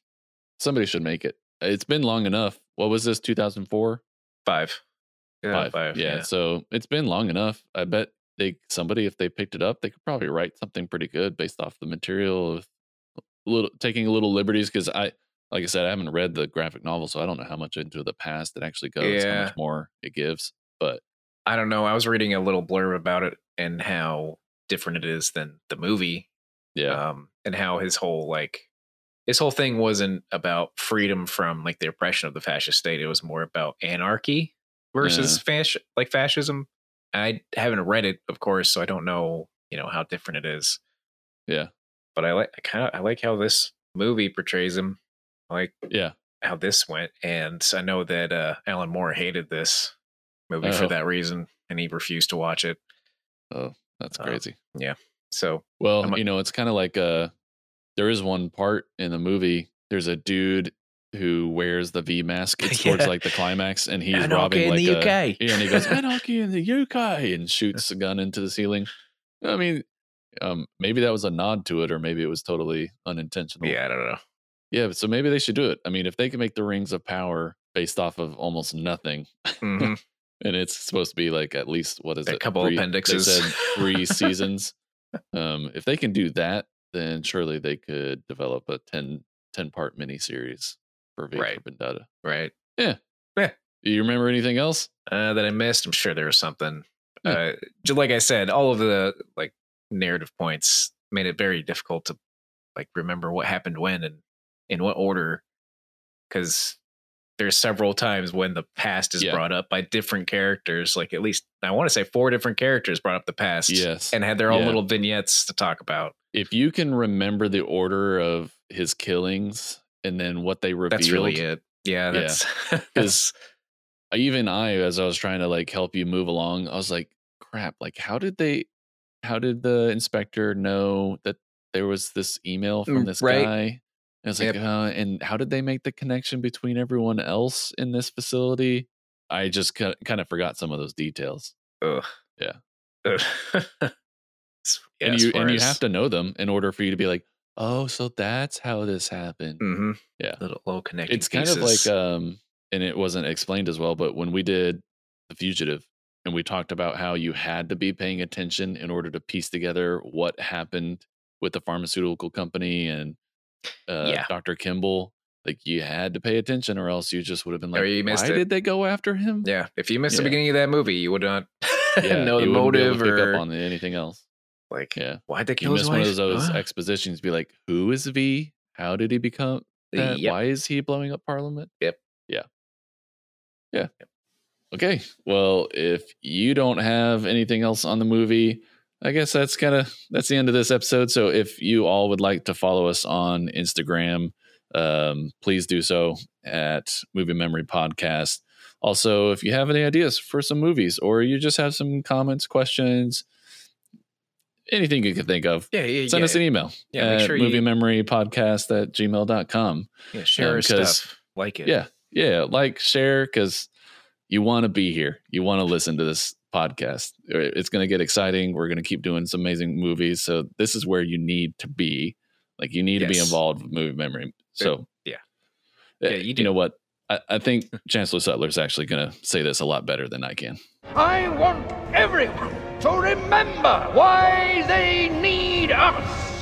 S2: somebody should make it. It's been long enough. What was this? Two thousand four,
S3: Five. Yeah, Mm-hmm.
S2: Yeah, so it's been long enough. I bet they somebody if they picked it up, they could probably write something pretty good based off the material of little taking little liberties because I like I said I haven't read the graphic novel, so I don't know how much into the past it actually goes, how
S3: Yeah.
S2: much more it gives. But
S3: I don't know. I was reading a little blurb about it and how different it is than the movie.
S2: yeah,
S3: Um, and how his whole like his whole thing wasn't about freedom from like the oppression of the fascist state. It was more about anarchy versus fasc- like fascism. I haven't read it, of course, so I don't know, you know, how different it is.
S2: yeah,
S3: But I like I kind of I like how this movie portrays him. I like
S2: yeah,
S3: how this went, and I know that uh, Alan Moore hated this movie
S2: Oh.
S3: for that reason, and he refused to watch it.
S2: that's
S3: Uh,
S2: crazy.
S3: So
S2: Well,
S3: I'm a-
S2: you know, it's kind of like uh there is one part in the movie. There's a dude who wears the V mask. It's towards
S3: Yeah.
S2: like the climax, and he's
S3: Anarchy
S2: robbing
S3: in
S2: like
S3: the
S2: a,
S3: UK.
S2: Yeah, and he goes anarchy in the UK and shoots a gun into the ceiling. I mean, um, maybe that was a nod to it, or maybe it was totally unintentional.
S3: yeah, I don't know.
S2: yeah. but So maybe they should do it. I mean, if they can make the rings of power based off of almost nothing,
S3: Mhm.
S2: and it's supposed to be like at least what is
S3: A
S2: it?
S3: couple
S2: three,
S3: appendixes.
S2: They said three seasons. Um, if they can do that, then surely they could develop a 10, 10 part miniseries for Vika
S3: Right.
S2: Vendetta.
S3: right?
S2: Do you remember anything else?
S3: Uh, that I missed. I'm sure there was something.
S2: Yeah.
S3: Uh, just like I said, all of the like narrative points made it very difficult to like remember what happened when and in what order, because there's several times when the past is
S2: Yeah.
S3: brought up by different characters. Like at least I want to say four different characters brought up the past.
S2: Yes.
S3: and had their own
S2: Yeah.
S3: little vignettes to talk about.
S2: if you can remember the order of his killings and then what they revealed,
S3: That's really it. Yeah, that's
S2: Because even I, as I was trying to like help you move along, I was like, crap, like how did they how did the inspector know that there was this email from
S3: Mm,
S2: this
S3: right.
S2: guy? And I was like,
S3: Yep.
S2: uh, and how did they make the connection between everyone else in this facility? I just ki- kind of forgot some of those details.
S3: Ugh.
S2: Yeah.
S3: Ugh. Yeah,
S2: and
S3: as
S2: you
S3: far
S2: and you
S3: as-
S2: have to know them in order for you to be like, oh, so that's how this happened.
S3: Mhm.
S2: Yeah.
S3: little low connecting.
S2: it's kind of like um and it wasn't explained as well but when we did the fugitive and we talked about how you had to be paying attention in order to piece together what happened with the pharmaceutical company and uh,
S3: Yeah.
S2: dr kimball like you had to pay attention or else you just would have been
S3: Or
S2: like
S3: you missed
S2: why
S3: it."
S2: did they go after him
S3: yeah. If you missed
S2: Yeah.
S3: the beginning of that movie, you would not
S2: Yeah,
S3: know the
S2: you wouldn't be able
S3: motive
S2: to pick
S3: or
S2: up on anything else
S3: like
S2: yeah
S3: why'd they
S2: you
S3: kill
S2: miss
S3: his
S2: one of
S3: wife?
S2: those
S3: Huh?
S2: expositions be like who is v how did he become that?
S3: Uh, Yep.
S2: Why is he blowing up Parliament?
S3: Yep.
S2: Yeah. Yeah. Okay. Well, if you don't have anything else on the movie, I guess that's kind of that's the end of this episode. So if you all would like to follow us on Instagram, um, please do so at Movie Memory Podcast. Also, if you have any ideas for some movies or you just have some comments, questions, anything you can think of,
S3: Yeah, yeah,
S2: send
S3: yeah.
S2: us an e email
S3: yeah, make
S2: at
S3: sure you-
S2: movie memory podcast at gmail.com.
S3: yeah, share
S2: um,
S3: our
S2: 'cause-
S3: stuff. Like it.
S2: Yeah. Yeah. Like, share, because you want to be here. You want to listen to this podcast. It's going to get exciting. We're going to keep doing some amazing movies. So, this is where you need to be. Like, you need to be
S3: Yes.
S2: involved with movie memory. So,
S3: Yeah.
S2: Uh,
S3: Yeah, you
S2: you,
S3: do.
S2: know what? I, I think Chancellor Sutler's actually going to say this a lot better than I can.
S5: I want everyone to remember why they need us.